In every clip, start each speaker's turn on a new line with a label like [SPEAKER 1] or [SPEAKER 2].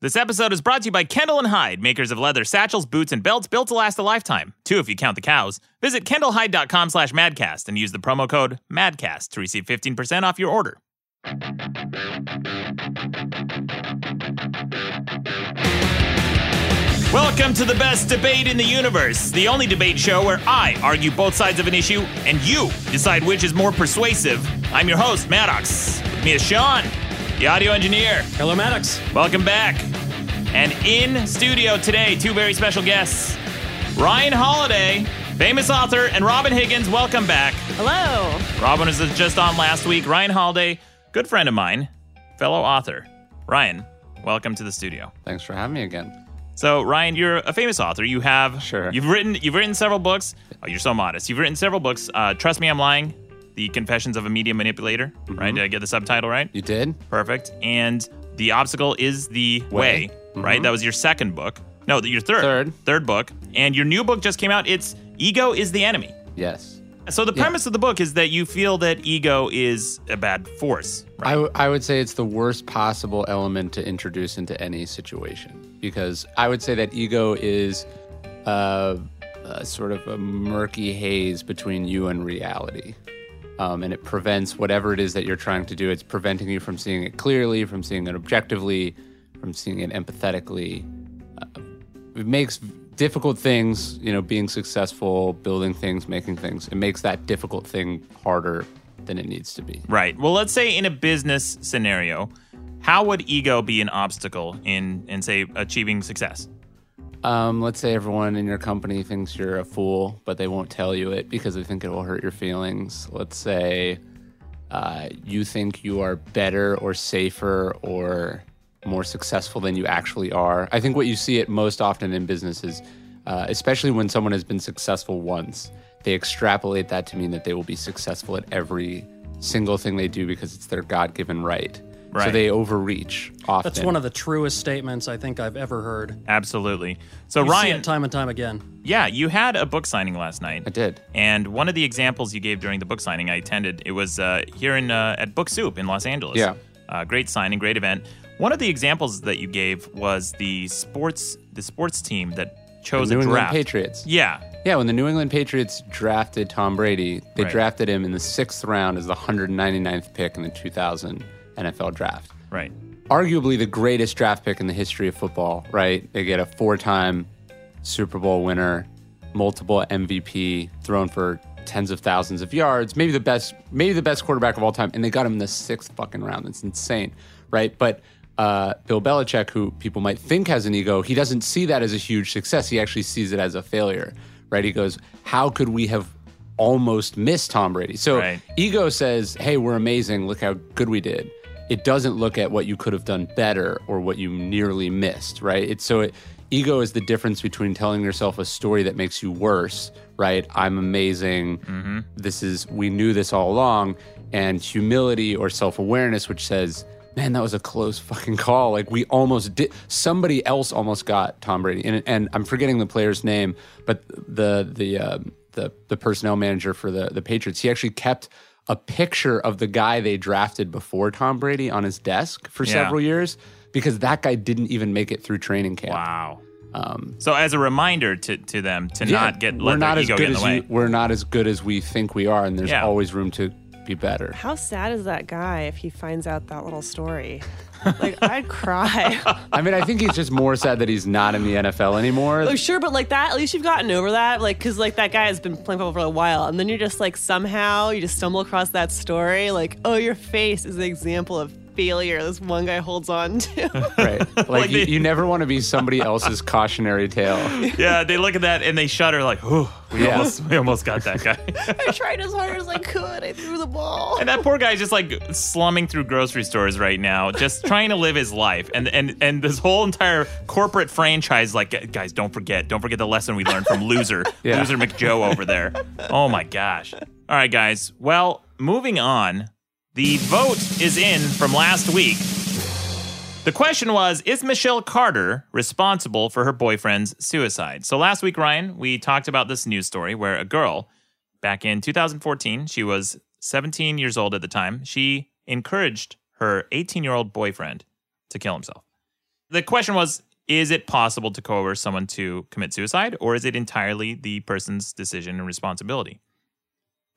[SPEAKER 1] This episode is brought to you by Kendall and Hyde, makers of leather satchels, boots, and belts built to last a lifetime. Two if you count the cows. Visit kendallhyde.com slash madcast and use the promo code MADCAST to receive 15% off your order. Welcome to the best debate in the universe, the only debate show where I argue both sides of an issue and you decide which is more persuasive. I'm your host, Maddox. With me is Sean, the audio engineer.
[SPEAKER 2] Hello, Maddox.
[SPEAKER 1] Welcome back. And in studio today, two very special guests Ryan Holiday, famous author, and Robin Higgins. Welcome back.
[SPEAKER 3] Hello.
[SPEAKER 1] Robin was just on last week. Ryan Holiday, good friend of mine, fellow author. Ryan, welcome to the studio.
[SPEAKER 4] Thanks for having me again.
[SPEAKER 1] So, Ryan, you're a famous author. You have
[SPEAKER 4] Sure.
[SPEAKER 1] You've written you've written several books. Oh, you're so modest. You've written several books. Uh, Trust me, I'm lying. The Confessions of a Media Manipulator. Right? Did I get the subtitle right?
[SPEAKER 4] You did?
[SPEAKER 1] Perfect. And the obstacle is the way,
[SPEAKER 4] Way.
[SPEAKER 1] right? That was your second book. No, th- your third.
[SPEAKER 4] Third.
[SPEAKER 1] book. And your new book just came out. It's Ego is the Enemy.
[SPEAKER 4] Yes.
[SPEAKER 1] So the premise of the book is that you feel that ego is a bad force.
[SPEAKER 4] I, w- I would say it's the worst possible element to introduce into any situation because I would say that ego is uh, a sort of a murky haze between you and reality. Um, and it prevents whatever it is that you're trying to do, it's preventing you from seeing it clearly, from seeing it objectively, from seeing it empathetically. Uh, it makes difficult things, you know, being successful, building things, making things, it makes that difficult thing harder than it needs to be.
[SPEAKER 1] Right. Well, let's say in a business scenario, how would ego be an obstacle in in say achieving success?
[SPEAKER 4] Um, let's say everyone in your company thinks you're a fool, but they won't tell you it because they think it will hurt your feelings. Let's say uh, you think you are better or safer or more successful than you actually are. I think what you see it most often in business is, uh, especially when someone has been successful once, they extrapolate that to mean that they will be successful at every single thing they do because it's their God given right. So
[SPEAKER 1] Right.
[SPEAKER 4] they overreach often.
[SPEAKER 2] That's one of the truest statements I think I've ever heard.
[SPEAKER 1] Absolutely. So
[SPEAKER 2] You see
[SPEAKER 1] Ryan,
[SPEAKER 2] it time and time again.
[SPEAKER 1] yeah, you had a book signing last night.
[SPEAKER 4] I did.
[SPEAKER 1] And one of the examples you gave during the book signing I attended, it was uh, here in uh, at Book Soup in Los Angeles.
[SPEAKER 4] Yeah.
[SPEAKER 1] uh, great signing, great event. One of the examples that you gave was the sports the sports team that chose
[SPEAKER 4] The New
[SPEAKER 1] a
[SPEAKER 4] England
[SPEAKER 1] draft.
[SPEAKER 4] Patriots.
[SPEAKER 1] Yeah,
[SPEAKER 4] Yeah, when the New England Patriots drafted Tom Brady, they
[SPEAKER 1] Right.
[SPEAKER 4] drafted him in the sixth round as the 199th pick in the 2000 NFL draft.
[SPEAKER 1] right.
[SPEAKER 4] Arguably the greatest draft pick in the history of football, right? They get a four time Super Bowl winner, multiple MVP, thrown for tens of thousands of yards, maybe the best, maybe the best quarterback of all time, and they got him in the sixth fucking round. That's insane, right? But uh, Bill Belichick, who people might think has an ego, he doesn't see that as a huge success. He actually sees it as a failure, right? He goes, "How could we have almost missed Tom Brady?" So
[SPEAKER 1] Right.
[SPEAKER 4] ego says, "Hey, we're amazing. Look how good we did." It doesn't look at what you could have done better or what you nearly missed, right? It's so it, ego is the difference between telling yourself a story that makes you worse, right? I'm amazing. This is we knew this all along, and humility or self-awareness which says, "Man, that was a close fucking call. Like we almost did somebody else almost got Tom Brady." And and I'm forgetting the player's name, but the the uh, the the personnel manager for the the Patriots, he actually kept a picture of the guy they drafted before Tom Brady on his desk for
[SPEAKER 1] Yeah.
[SPEAKER 4] several years because that guy didn't even make it through training camp.
[SPEAKER 1] Wow. so as a reminder to, to them to
[SPEAKER 4] Um, Yeah,
[SPEAKER 1] not get let their ego
[SPEAKER 4] good
[SPEAKER 1] get in
[SPEAKER 4] as
[SPEAKER 1] the way.
[SPEAKER 4] you- we're not as good as we think we are, and there's
[SPEAKER 1] Yeah.
[SPEAKER 4] always room to be better.
[SPEAKER 3] How sad is that guy if he finds out that little story? Like I'd cry.
[SPEAKER 4] I mean, I think he's just more sad that he's not in the NFL anymore.
[SPEAKER 3] oh sure, but like that, at least you've gotten over that. Like because like that guy has been playing football for a while, and then you're just like somehow you just stumble across that story. Like oh, your face is an example of failure. This one guy holds on to.
[SPEAKER 4] Right? Like,
[SPEAKER 1] Like
[SPEAKER 4] you,
[SPEAKER 1] the-
[SPEAKER 4] you never want to be somebody else's cautionary tale.
[SPEAKER 1] yeah, they look at that and they shudder like, "Ooh, we
[SPEAKER 4] Yeah.
[SPEAKER 1] almost we almost got that guy."
[SPEAKER 3] I tried as hard as I could. I threw the ball.
[SPEAKER 1] and that poor guy's just like slumming through grocery stores right now, just trying to live his life. And and and this whole entire corporate franchise like, "Guys, don't forget. Don't forget the lesson we learned from loser
[SPEAKER 4] Yeah.
[SPEAKER 1] loser McJoe over there." Oh my gosh. All right, guys. Well, moving on. The vote is in from last week. The question was Is Michelle Carter responsible for her boyfriend's suicide? So last week, Ryan, we talked about this news story where a girl back in 2014, she was 17 years old at the time, she encouraged her 18 year old boyfriend to kill himself. The question was Is it possible to coerce someone to commit suicide, or is it entirely the person's decision and responsibility?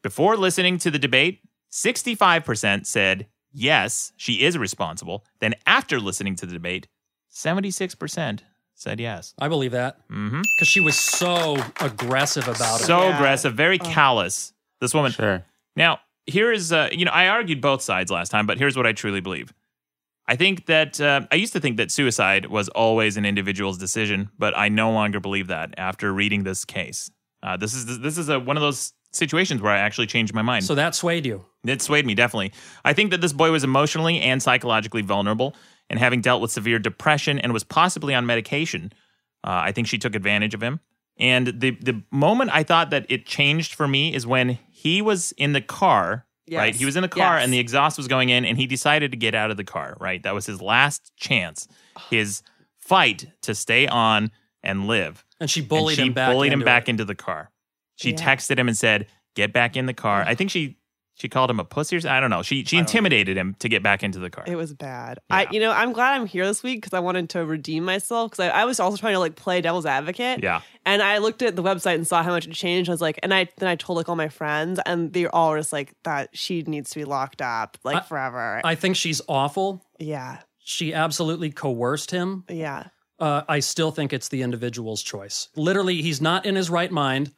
[SPEAKER 1] Before listening to the debate, 65% said, Yes, she is responsible. Then, after listening to the debate, 76% said yes.
[SPEAKER 2] I believe that
[SPEAKER 1] hmm
[SPEAKER 2] because she was so aggressive about it.
[SPEAKER 1] So
[SPEAKER 3] Yeah.
[SPEAKER 1] aggressive, very callous. This woman,
[SPEAKER 4] Sure.
[SPEAKER 1] Now, here is, uh, you know, I argued both sides last time, but here's what I truly believe. I think that, uh, I used to think that suicide was always an individual's decision, but I no longer believe that after reading this case. Uh, this is, this is a, one of those situations where I actually changed my mind.
[SPEAKER 2] So that swayed you.
[SPEAKER 1] It swayed me, definitely. I think that this boy was emotionally and psychologically vulnerable, and having dealt with severe depression and was possibly on medication, uh, I think she took advantage of him. And the, the moment I thought that it changed for me is when he was in the car,
[SPEAKER 3] Yes.
[SPEAKER 1] right? He was in the car
[SPEAKER 3] Yes.
[SPEAKER 1] and the exhaust was going in, and he decided to get out of the car, right? That was his last chance, his fight to stay on and live.
[SPEAKER 2] And she
[SPEAKER 1] And
[SPEAKER 2] bullied
[SPEAKER 1] she
[SPEAKER 2] him back.
[SPEAKER 1] bullied him
[SPEAKER 2] into
[SPEAKER 1] back
[SPEAKER 2] it.
[SPEAKER 1] into the car. She
[SPEAKER 3] Yeah.
[SPEAKER 1] texted him and said, "Get back in the car." I think she she called him a pussy or something. I don't know. She she intimidated him to get back into the car.
[SPEAKER 3] It was bad.
[SPEAKER 1] Yeah.
[SPEAKER 3] I, you know, I'm glad I'm here this week because I wanted to redeem myself because I, I was also trying to like play devil's advocate.
[SPEAKER 1] yeah.
[SPEAKER 3] And I looked at the website and saw how much it changed. I was like, and I then I told like all my friends, and they were all just like that she needs to be locked up like
[SPEAKER 2] I-
[SPEAKER 3] forever.
[SPEAKER 2] I think she's awful.
[SPEAKER 3] yeah,
[SPEAKER 2] She absolutely coerced him.
[SPEAKER 3] yeah,
[SPEAKER 2] Uh, I still think it's the individual's choice. Literally, he's not in his right mind,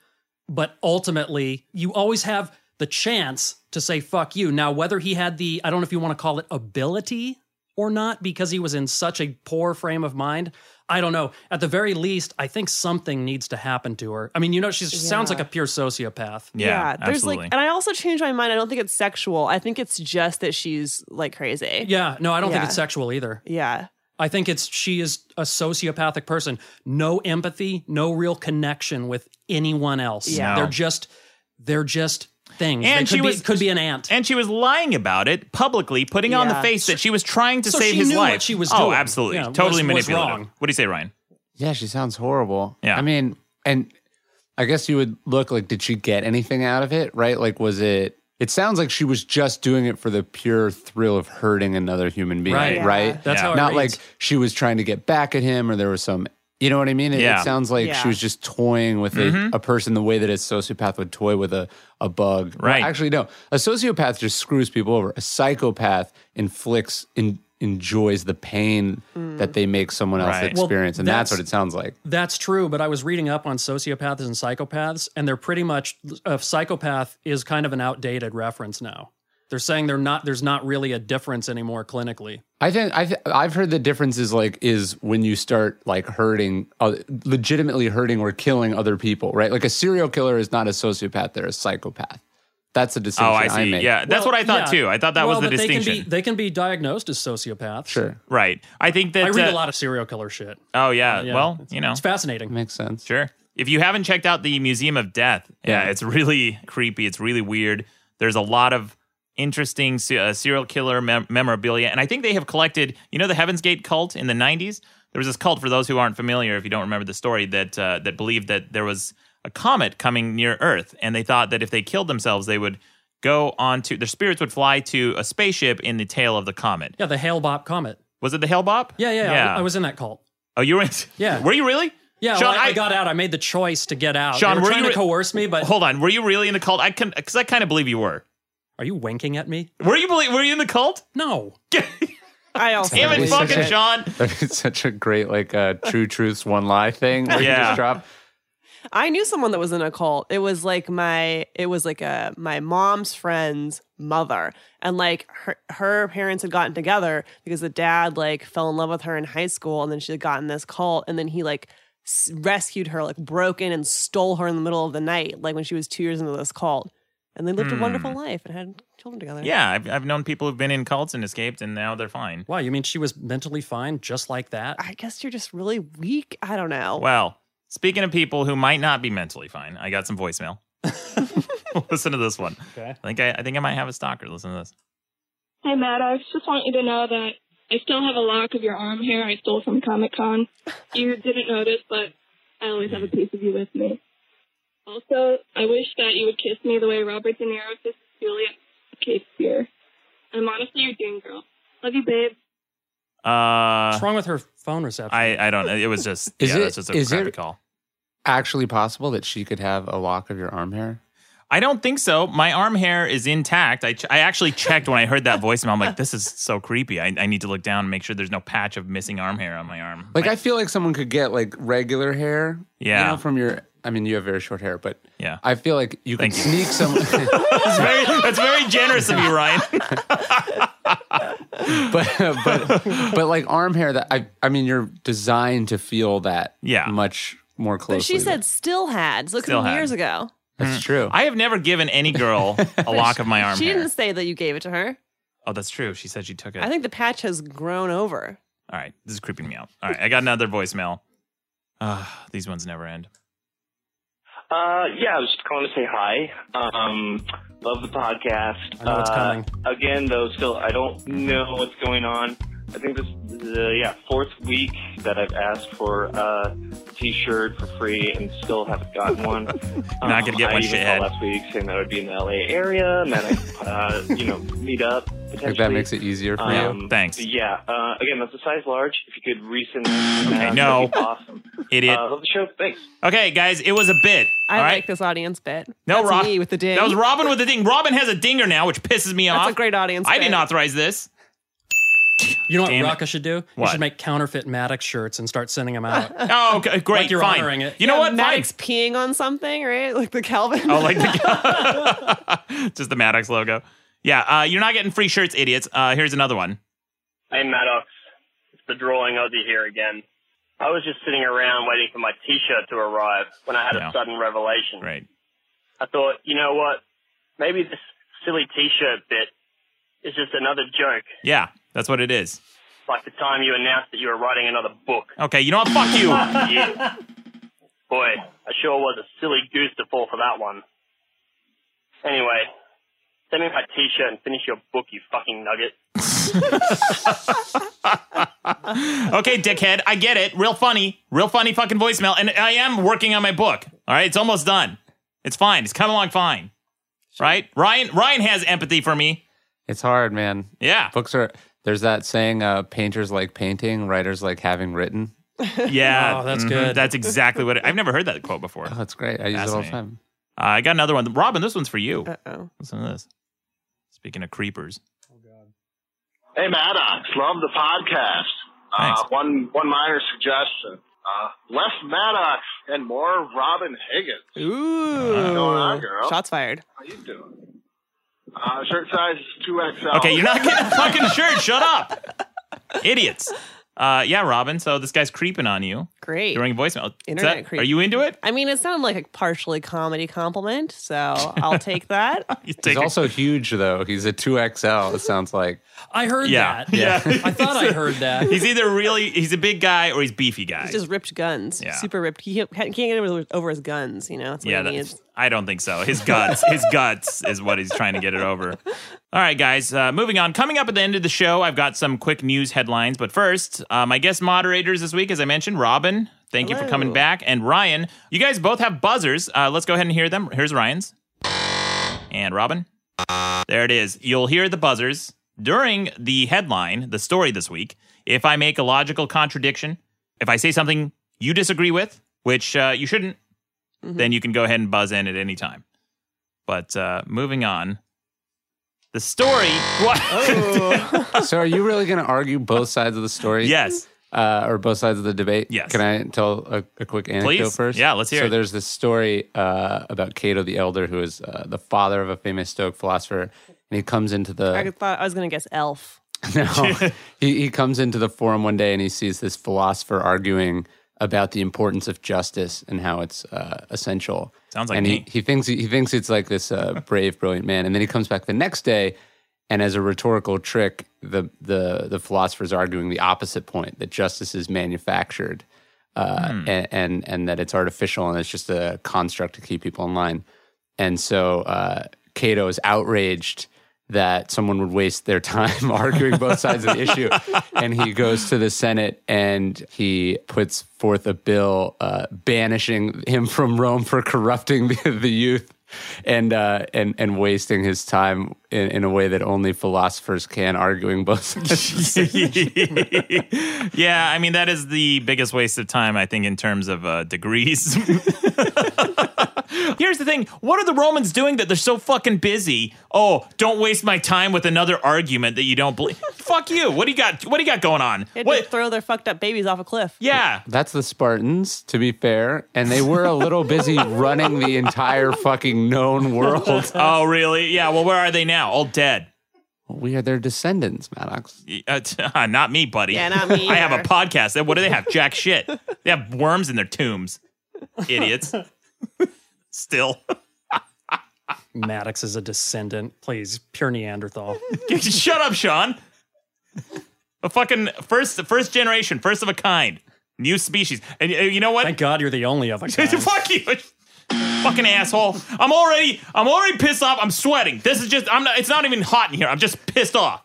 [SPEAKER 2] but ultimately, you always have the chance to say fuck you. Now, whether he had the, I don't know if you want to call it ability or not, because he was in such a poor frame of mind, I don't know. At the very least, I think something needs to happen to her. I mean, you know, she sounds
[SPEAKER 3] Yeah.
[SPEAKER 2] like a pure sociopath.
[SPEAKER 1] Yeah.
[SPEAKER 3] There's
[SPEAKER 1] absolutely.
[SPEAKER 3] like, and I also changed my mind. I don't think it's sexual. I think it's just that she's like crazy.
[SPEAKER 2] Yeah, no, I don't think
[SPEAKER 3] Yeah.
[SPEAKER 2] it's sexual either.
[SPEAKER 3] Yeah.
[SPEAKER 2] I think it's she is a sociopathic person. No empathy, no real connection with anyone else.
[SPEAKER 1] Yeah. No.
[SPEAKER 2] They're just they're just things.
[SPEAKER 1] And
[SPEAKER 2] they could
[SPEAKER 1] she
[SPEAKER 2] be
[SPEAKER 1] was-
[SPEAKER 2] could be an ant.
[SPEAKER 1] and she was lying about it publicly, putting on the
[SPEAKER 3] Yeah.
[SPEAKER 1] face that she was trying to
[SPEAKER 2] So
[SPEAKER 1] save
[SPEAKER 2] she
[SPEAKER 1] his
[SPEAKER 2] knew
[SPEAKER 1] life.
[SPEAKER 2] what she was
[SPEAKER 1] oh,
[SPEAKER 2] doing.
[SPEAKER 1] absolutely,
[SPEAKER 2] Yeah,
[SPEAKER 1] totally
[SPEAKER 2] was- was
[SPEAKER 1] manipulative.
[SPEAKER 2] wrong.
[SPEAKER 1] What do you say, Ryan?
[SPEAKER 4] Yeah, she sounds horrible.
[SPEAKER 1] Yeah.
[SPEAKER 4] I mean, and I guess you would look like, did she get anything out of it? Right? Like, was it? It sounds like she was just doing it for the pure thrill of hurting another human being,
[SPEAKER 2] Right.
[SPEAKER 4] right?
[SPEAKER 2] Yeah. That's
[SPEAKER 1] Yeah.
[SPEAKER 2] how it
[SPEAKER 4] Not like
[SPEAKER 2] reads.
[SPEAKER 4] she was trying to get back at him, or there was some. You know what I mean? It, it
[SPEAKER 1] Yeah. Mm-hmm.
[SPEAKER 4] sounds like
[SPEAKER 3] Yeah.
[SPEAKER 4] she was just toying with a, a person the way that a sociopath would toy with a, a bug. Well,
[SPEAKER 1] Right.
[SPEAKER 4] actually, no. A sociopath just screws people over. A psychopath inflicts, in, enjoys the pain that they make someone else
[SPEAKER 1] Right.
[SPEAKER 2] Mm. Well,
[SPEAKER 4] experience. and that's
[SPEAKER 2] that's-
[SPEAKER 4] what it sounds like.
[SPEAKER 2] That's true, but I was reading up on sociopaths and psychopaths, and they're pretty much a psychopath is kind of an outdated reference now. They're saying they're not there's not really a difference anymore clinically.
[SPEAKER 4] I think I th- I've heard the difference is like is when you start like hurting, uh, legitimately hurting or killing other people, right? Like a serial killer is not a sociopath; they're a psychopath. That's a
[SPEAKER 1] Oh,
[SPEAKER 4] distinction
[SPEAKER 1] I
[SPEAKER 4] I
[SPEAKER 1] see.
[SPEAKER 4] make.
[SPEAKER 1] yeah, that's
[SPEAKER 2] Well,
[SPEAKER 1] what I thought
[SPEAKER 2] yeah.
[SPEAKER 1] too. I thought that
[SPEAKER 2] Well,
[SPEAKER 1] was the
[SPEAKER 2] but
[SPEAKER 1] distinction.
[SPEAKER 2] They can, be, they can be diagnosed as sociopaths.
[SPEAKER 4] sure,
[SPEAKER 1] right. I think that.
[SPEAKER 2] I read
[SPEAKER 1] uh,
[SPEAKER 2] a lot of serial killer shit.
[SPEAKER 1] Oh yeah.
[SPEAKER 2] Yeah.
[SPEAKER 1] Well, you know,
[SPEAKER 2] It's fascinating.
[SPEAKER 4] makes sense.
[SPEAKER 1] Sure. If you haven't checked out the Museum of Death, yeah,
[SPEAKER 4] Yeah.
[SPEAKER 1] it's really creepy. It's really weird. There's a lot of interesting se- uh, serial killer mem- memorabilia. And I think they have collected, you know, the Heaven's Gate cult in the 90s? There was this cult, for those who aren't familiar, if you don't remember the story, that, uh, that believed that there was a comet coming near Earth. And they thought that if they killed themselves, they would go on to, their spirits would fly to a spaceship in the tail of the comet.
[SPEAKER 2] Yeah, the Hale Bopp comet.
[SPEAKER 1] Was it the Hellbop?
[SPEAKER 2] Yeah, yeah, yeah.
[SPEAKER 1] yeah.
[SPEAKER 2] I, I was in that cult.
[SPEAKER 1] oh, you were?
[SPEAKER 2] Yeah.
[SPEAKER 1] were you really?
[SPEAKER 2] Yeah,
[SPEAKER 1] Sean,
[SPEAKER 2] well, I,
[SPEAKER 1] I-
[SPEAKER 2] I got out. I made the choice to get out.
[SPEAKER 1] Sean,
[SPEAKER 2] they were,
[SPEAKER 1] were
[SPEAKER 2] trying
[SPEAKER 1] you
[SPEAKER 2] to
[SPEAKER 1] re-
[SPEAKER 2] coerce me, but
[SPEAKER 1] Hold on. Were you really in the cult? I can because I kind of believe you were.
[SPEAKER 2] are you winking at me?
[SPEAKER 1] Were you belie- were you in the cult?
[SPEAKER 2] No.
[SPEAKER 3] I also.
[SPEAKER 1] Damn it,
[SPEAKER 4] Totally.
[SPEAKER 1] fucking
[SPEAKER 4] Okay.
[SPEAKER 1] Sean.
[SPEAKER 4] But it's such a great like uh, true truths one lie thing. Where
[SPEAKER 1] Yeah.
[SPEAKER 4] you just drop.
[SPEAKER 3] I knew someone that was in a cult. It was like my it was like a my mom's friend's mother. And like her her parents had gotten together because the dad like fell in love with her in high school and then she had gotten this cult and then he like s- rescued her like broke in and stole her in the middle of the night like when she was 2 years into this cult. And they lived a wonderful life and had children together.
[SPEAKER 1] Hmm. Yeah, I've, I've known people who've been in cults and escaped, and now they're fine.
[SPEAKER 2] Wow, you mean she was mentally fine just like that?
[SPEAKER 3] I guess you're just really weak. I don't know.
[SPEAKER 1] Well, speaking of people who might not be mentally fine, I got some voicemail. Listen to this one.
[SPEAKER 2] Okay.
[SPEAKER 1] I think I, I think I might have a stalker. Listen to this.
[SPEAKER 5] Hey, Matt, I just want you to know that I still have a lock of your arm hair I stole from Comic Con. You didn't notice, but I always have a piece of you with me. Also, I wish that you would kiss me the way Robert De Niro kissed Juliet Shakespeare. I'm honestly your dream girl. Love you, babe.
[SPEAKER 1] Uh,
[SPEAKER 2] What's wrong with her phone reception?
[SPEAKER 1] I I don't. It was just
[SPEAKER 4] Is
[SPEAKER 1] yeah,
[SPEAKER 4] it-
[SPEAKER 1] it's just a
[SPEAKER 4] is
[SPEAKER 1] crappy
[SPEAKER 4] it-
[SPEAKER 1] call.
[SPEAKER 4] Actually, possible that she could have a lock of your arm hair.
[SPEAKER 1] I don't think so. My arm hair is intact. I, ch- I actually checked when I heard that voicemail. I'm like, this is so creepy. I, I need to look down and make sure there's no patch of missing arm hair on my arm.
[SPEAKER 4] Like I feel like someone could get like regular hair.
[SPEAKER 1] Yeah.
[SPEAKER 4] You know, from your. I mean, you have very short hair, but
[SPEAKER 1] Yeah.
[SPEAKER 4] I feel like you can
[SPEAKER 1] Thank you.
[SPEAKER 4] sneak some.
[SPEAKER 1] that's, very, that's very generous of you, Ryan.
[SPEAKER 4] but but but like arm hair that I I mean you're designed to feel that
[SPEAKER 1] Yeah.
[SPEAKER 4] much more closely.
[SPEAKER 3] But she said still had. So it could
[SPEAKER 1] Still
[SPEAKER 3] be
[SPEAKER 1] had.
[SPEAKER 3] years ago.
[SPEAKER 4] that's true.
[SPEAKER 1] Mm. I have never given any girl a lock of my arm
[SPEAKER 3] she
[SPEAKER 1] hair.
[SPEAKER 3] didn't say that you gave it to her.
[SPEAKER 1] Oh, that's true. She said she took it.
[SPEAKER 3] I think the patch has grown over.
[SPEAKER 1] All right, this is creeping me out. All right, I got another voicemail. Uh, these ones never end.
[SPEAKER 6] Uh, yeah, I was just calling to say hi. Um, love the podcast.
[SPEAKER 2] I know it's
[SPEAKER 6] Uh,
[SPEAKER 2] coming.
[SPEAKER 6] Again, though, still, I don't know what's going on. I think this is the yeah, fourth week that I've asked for uh, a t-shirt for free and still haven't gotten one. Um,
[SPEAKER 1] Not gonna get
[SPEAKER 6] I
[SPEAKER 1] one,
[SPEAKER 6] even
[SPEAKER 1] shithead.
[SPEAKER 6] called last week saying that I would be in the LA area and that I, uh, you know, meet up potentially.
[SPEAKER 4] like that makes it easier for you.
[SPEAKER 6] Um,
[SPEAKER 1] Thanks.
[SPEAKER 6] Yeah. Uh, again, that's a size large. If you could resend that, uh, that'd
[SPEAKER 1] no.
[SPEAKER 6] be awesome.
[SPEAKER 1] Idiot.
[SPEAKER 6] Uh, love the show. Thanks.
[SPEAKER 1] okay, guys, it was a bit.
[SPEAKER 3] I
[SPEAKER 1] all
[SPEAKER 3] like
[SPEAKER 1] right.
[SPEAKER 3] this audience bit.
[SPEAKER 1] no,
[SPEAKER 3] That's
[SPEAKER 1] Rob-
[SPEAKER 3] me with the ding.
[SPEAKER 1] That was Robin with the ding. Robin has a dinger now, which pisses me off.
[SPEAKER 3] That's a great audience.
[SPEAKER 1] I
[SPEAKER 3] bit.
[SPEAKER 1] didn't authorize this.
[SPEAKER 2] you know what
[SPEAKER 1] Damn it.
[SPEAKER 2] Raka should do?
[SPEAKER 1] What?
[SPEAKER 2] You should make counterfeit Maddox shirts and start sending them out.
[SPEAKER 1] Oh, okay, great.
[SPEAKER 2] you're
[SPEAKER 1] fine.
[SPEAKER 2] honoring it.
[SPEAKER 1] You know
[SPEAKER 3] Yeah,
[SPEAKER 1] what?
[SPEAKER 3] Maddox
[SPEAKER 1] Fine.
[SPEAKER 3] peeing on something, right? Like the Calvin.
[SPEAKER 1] Oh, like the just the Maddox logo. Yeah, uh, you're not getting free shirts, idiots. Uh, here's another one.
[SPEAKER 7] Hey Maddox, it's the drawing Aussie here again. I was just sitting around waiting for my t-shirt to arrive when I had
[SPEAKER 1] Yeah.
[SPEAKER 7] a sudden revelation.
[SPEAKER 1] Great.
[SPEAKER 7] I thought, you know what? Maybe this silly t-shirt bit is just another joke,
[SPEAKER 1] Yeah, that's what it is.
[SPEAKER 7] like the time you announced that you were writing another book.
[SPEAKER 1] Okay, you know what? Fuck you.
[SPEAKER 7] Yeah. Boy, I sure was a silly goose to fall for that one. Anyway, send me my t-shirt and finish your book, you fucking nugget.
[SPEAKER 1] Okay, dickhead, I get it. Real funny, real funny fucking voicemail. And I am working on my book. All right, it's almost done. It's fine. It's coming along fine. Right? Ryan Ryan has empathy for me.
[SPEAKER 4] It's hard, man.
[SPEAKER 1] Yeah.
[SPEAKER 4] Books are there's that saying uh, painters like painting, writers like having written.
[SPEAKER 1] Yeah.
[SPEAKER 2] Oh, that's
[SPEAKER 1] Mhm.
[SPEAKER 2] good. Uh-huh.
[SPEAKER 1] That's exactly what it, I've never heard that quote before.
[SPEAKER 4] Oh, that's great. I use it all the
[SPEAKER 1] Fascinating.
[SPEAKER 4] time.
[SPEAKER 1] Uh, I got another one. Robin, this one's for you.
[SPEAKER 3] Uh oh.
[SPEAKER 1] Listen to this. Speaking of creepers.
[SPEAKER 8] Hey Maddox, love the podcast.
[SPEAKER 1] Thanks.
[SPEAKER 8] Uh, one one minor suggestion: uh, less Maddox and more Robin Higgins.
[SPEAKER 3] Ooh.
[SPEAKER 8] going on, girl?
[SPEAKER 3] Shots fired.
[SPEAKER 8] How you doing? Uh, shirt size is two XL.
[SPEAKER 1] Okay, you're not
[SPEAKER 2] Oh.
[SPEAKER 1] getting a fucking shirt. Shut up. Idiots. Uh, yeah, Robin. So this guy's creeping on you
[SPEAKER 3] Great.
[SPEAKER 1] during voicemail. Is
[SPEAKER 3] Internet
[SPEAKER 1] that-
[SPEAKER 3] creep.
[SPEAKER 1] Are you into it?
[SPEAKER 3] I mean, it sounded like a partially comedy compliment, so I'll take that.
[SPEAKER 1] You take
[SPEAKER 4] He's
[SPEAKER 1] a-
[SPEAKER 4] also huge though. He's a two XL. It sounds like.
[SPEAKER 2] I heard
[SPEAKER 1] Yeah.
[SPEAKER 2] that.
[SPEAKER 1] Yeah.
[SPEAKER 2] I thought I heard that.
[SPEAKER 1] He's either really he's a big guy or he's beefy guy.
[SPEAKER 3] He's just ripped guns.
[SPEAKER 1] Yeah.
[SPEAKER 3] Super ripped. He can't can't get over, over his guns, you know? That's what
[SPEAKER 1] yeah,
[SPEAKER 3] he
[SPEAKER 1] that's,
[SPEAKER 3] needs.
[SPEAKER 1] I don't think so. His guts, his guts is what he's trying to get it over. All right, guys. Uh, moving on. Coming up at the end of the show, I've got some quick news headlines. But first, uh, my guest moderators this week, as I mentioned, Robin. Thank you for
[SPEAKER 3] Hello.
[SPEAKER 1] coming back, and Ryan. You guys both have buzzers. Uh, let's go ahead and hear them. Here's Ryan's and Robin. There it is. You'll hear the buzzers during the headline, the story this week. If I make a logical contradiction, if I say something you disagree with, which uh, you shouldn't, then you can go ahead and buzz in at any time. But uh, moving on, the story. What?
[SPEAKER 4] Oh. so are you really going to argue both sides of the story?
[SPEAKER 1] yes.
[SPEAKER 4] uh, or both sides of the debate.
[SPEAKER 1] Yes.
[SPEAKER 4] Can I tell a, a quick anecdote
[SPEAKER 1] Please.
[SPEAKER 4] first?
[SPEAKER 1] Yeah, let's hear
[SPEAKER 4] so
[SPEAKER 1] it.
[SPEAKER 4] there's this story uh, about Cato the Elder, who is uh, the father of a famous Stoic philosopher, and he comes into the
[SPEAKER 3] I thought I was going to guess elf.
[SPEAKER 4] no, he, he comes into the forum one day and he sees this philosopher arguing about the importance of justice and how it's uh, essential.
[SPEAKER 1] Sounds like
[SPEAKER 4] and he,
[SPEAKER 1] me.
[SPEAKER 4] he thinks he thinks it's like this uh, brave, brilliant man. And then he comes back the next day, and as a rhetorical trick, the the the philosopher is arguing the opposite point that justice is manufactured, uh, and, and and that it's artificial and it's just a construct to keep people in line. And so uh, Cato is outraged that someone would waste their time arguing both sides of the issue. And he goes to the Senate and he puts forth a bill uh, banishing him from Rome for corrupting the, the youth. and uh, and and wasting his time in, in a way that only philosophers can, arguing both sides.
[SPEAKER 1] yeah, I mean that is the biggest waste of time I think in terms of uh, degrees. Here's the thing: what are the Romans doing that they're so fucking busy? Oh, don't waste my time with another argument that you don't believe. Fuck you! What do you got? What do you got going on?
[SPEAKER 3] They had to
[SPEAKER 1] What?
[SPEAKER 3] throw their fucked up babies off a cliff.
[SPEAKER 1] Yeah,
[SPEAKER 4] That's the Spartans, to be fair, and they were a little busy running the entire fucking known world.
[SPEAKER 1] Oh, really? Yeah. Well, where are they now? All dead.
[SPEAKER 4] We are their descendants, Maddox.
[SPEAKER 1] Uh, t- not me, buddy.
[SPEAKER 3] Yeah, not me
[SPEAKER 1] I have a
[SPEAKER 3] either.
[SPEAKER 1] podcast. What do they have? Jack shit. They have worms in their tombs. Idiots. Still.
[SPEAKER 2] Maddox is a descendant. Please, pure Neanderthal.
[SPEAKER 1] Shut up, Sean. A fucking first, first generation, first of a kind, new species. And uh, you know what?
[SPEAKER 2] Thank God you're the only of us.
[SPEAKER 1] Fuck you. Fucking asshole. I'm already I'm already pissed off. I'm sweating. This is just I'm not it's not even hot in here. I'm just pissed off.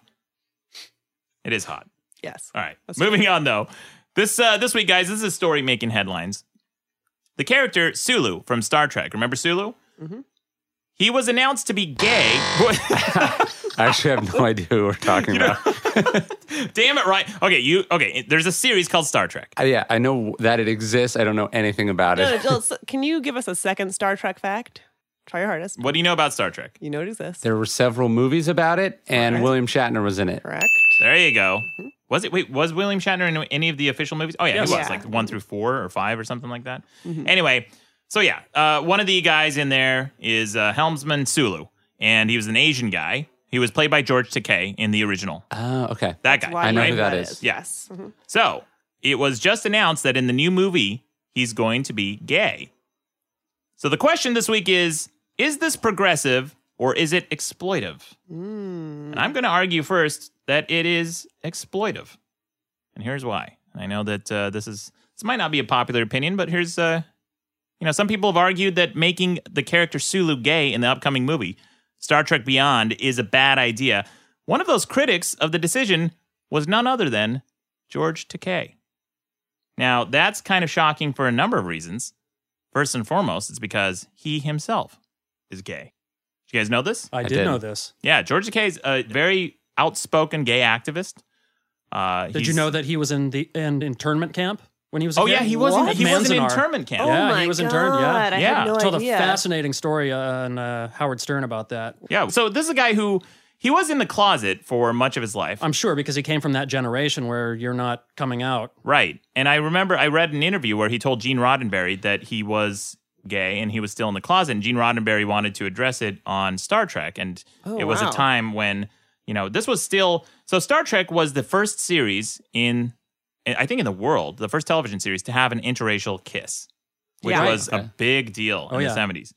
[SPEAKER 1] It is hot.
[SPEAKER 3] Yes.
[SPEAKER 1] All right. Moving on though. This uh, this week, guys, this is a story making headlines. The character Sulu from Star Trek. Remember Sulu? He was announced to be gay.
[SPEAKER 4] I actually have no idea who we're talking about.
[SPEAKER 1] Damn it, right? Okay, you okay. There's a series called Star Trek.
[SPEAKER 4] Uh, Yeah, I know that it exists. I don't know anything about
[SPEAKER 3] No,
[SPEAKER 4] it.
[SPEAKER 3] no, Jill, so- can you give us a second Star Trek fact? Try your hardest.
[SPEAKER 1] What do you know about Star Trek?
[SPEAKER 3] You know it exists.
[SPEAKER 4] There were several movies about it, and William Shatner was in it.
[SPEAKER 3] Correct.
[SPEAKER 1] There you go. Was it? Wait, was William Shatner in any of the official movies? Oh yeah,
[SPEAKER 2] Yes.
[SPEAKER 1] he was
[SPEAKER 3] Yeah.
[SPEAKER 1] like one through four or five or something like that. Anyway, so yeah, uh, one of the guys in there is uh, helmsman Sulu, and he was an Asian guy. He was played by George Takei in the original.
[SPEAKER 4] Oh, okay.
[SPEAKER 1] That guy,
[SPEAKER 4] I know
[SPEAKER 1] right?
[SPEAKER 4] who that is.
[SPEAKER 1] Yeah.
[SPEAKER 3] Yes. Mhm.
[SPEAKER 1] So it was just announced that in the new movie, he's going to be gay. So the question this week is Is this progressive or is it exploitive? And I'm going to argue first that it is exploitive. And here's why. I know that uh, this is, this might not be a popular opinion, but here's, uh, you know, some people have argued that making the character Sulu gay in the upcoming movie, Star Trek Beyond, is a bad idea. One of those critics of the decision was none other than George Takei. Now, that's kind of shocking for a number of reasons. First and foremost, it's because he himself is gay. Did you guys know this?
[SPEAKER 2] I did
[SPEAKER 4] didn't.
[SPEAKER 2] know this.
[SPEAKER 1] Yeah, George Takei's a very outspoken gay activist. Uh,
[SPEAKER 2] Did you know that he was in the in internment camp when he was? A
[SPEAKER 1] Oh
[SPEAKER 2] kid?
[SPEAKER 1] yeah, he was. In,
[SPEAKER 2] At
[SPEAKER 1] he was in
[SPEAKER 2] Manzanar.
[SPEAKER 1] internment camp.
[SPEAKER 2] Yeah,
[SPEAKER 3] oh
[SPEAKER 2] he
[SPEAKER 3] my
[SPEAKER 2] was
[SPEAKER 3] God,
[SPEAKER 2] interned, yeah.
[SPEAKER 3] I
[SPEAKER 1] Yeah.
[SPEAKER 3] had no
[SPEAKER 2] told
[SPEAKER 3] idea.
[SPEAKER 2] a fascinating story on uh, Howard Stern about that.
[SPEAKER 1] Yeah. So this is a guy who he was in the closet for much of his life.
[SPEAKER 2] I'm sure because he came from that generation where you're not coming out.
[SPEAKER 1] Right. And I remember I read an interview where he told Gene Roddenberry that he was gay and he was still in the closet. And Gene Roddenberry wanted to address it on Star Trek. And
[SPEAKER 3] Oh,
[SPEAKER 1] it was
[SPEAKER 3] wow.
[SPEAKER 1] a time when, you know, this was still. So Star Trek was the first series in, I think, in the world, the first television series to have an interracial kiss, which
[SPEAKER 3] Yeah.
[SPEAKER 1] was a big deal
[SPEAKER 2] Oh,
[SPEAKER 1] in
[SPEAKER 2] yeah.
[SPEAKER 1] the 70s.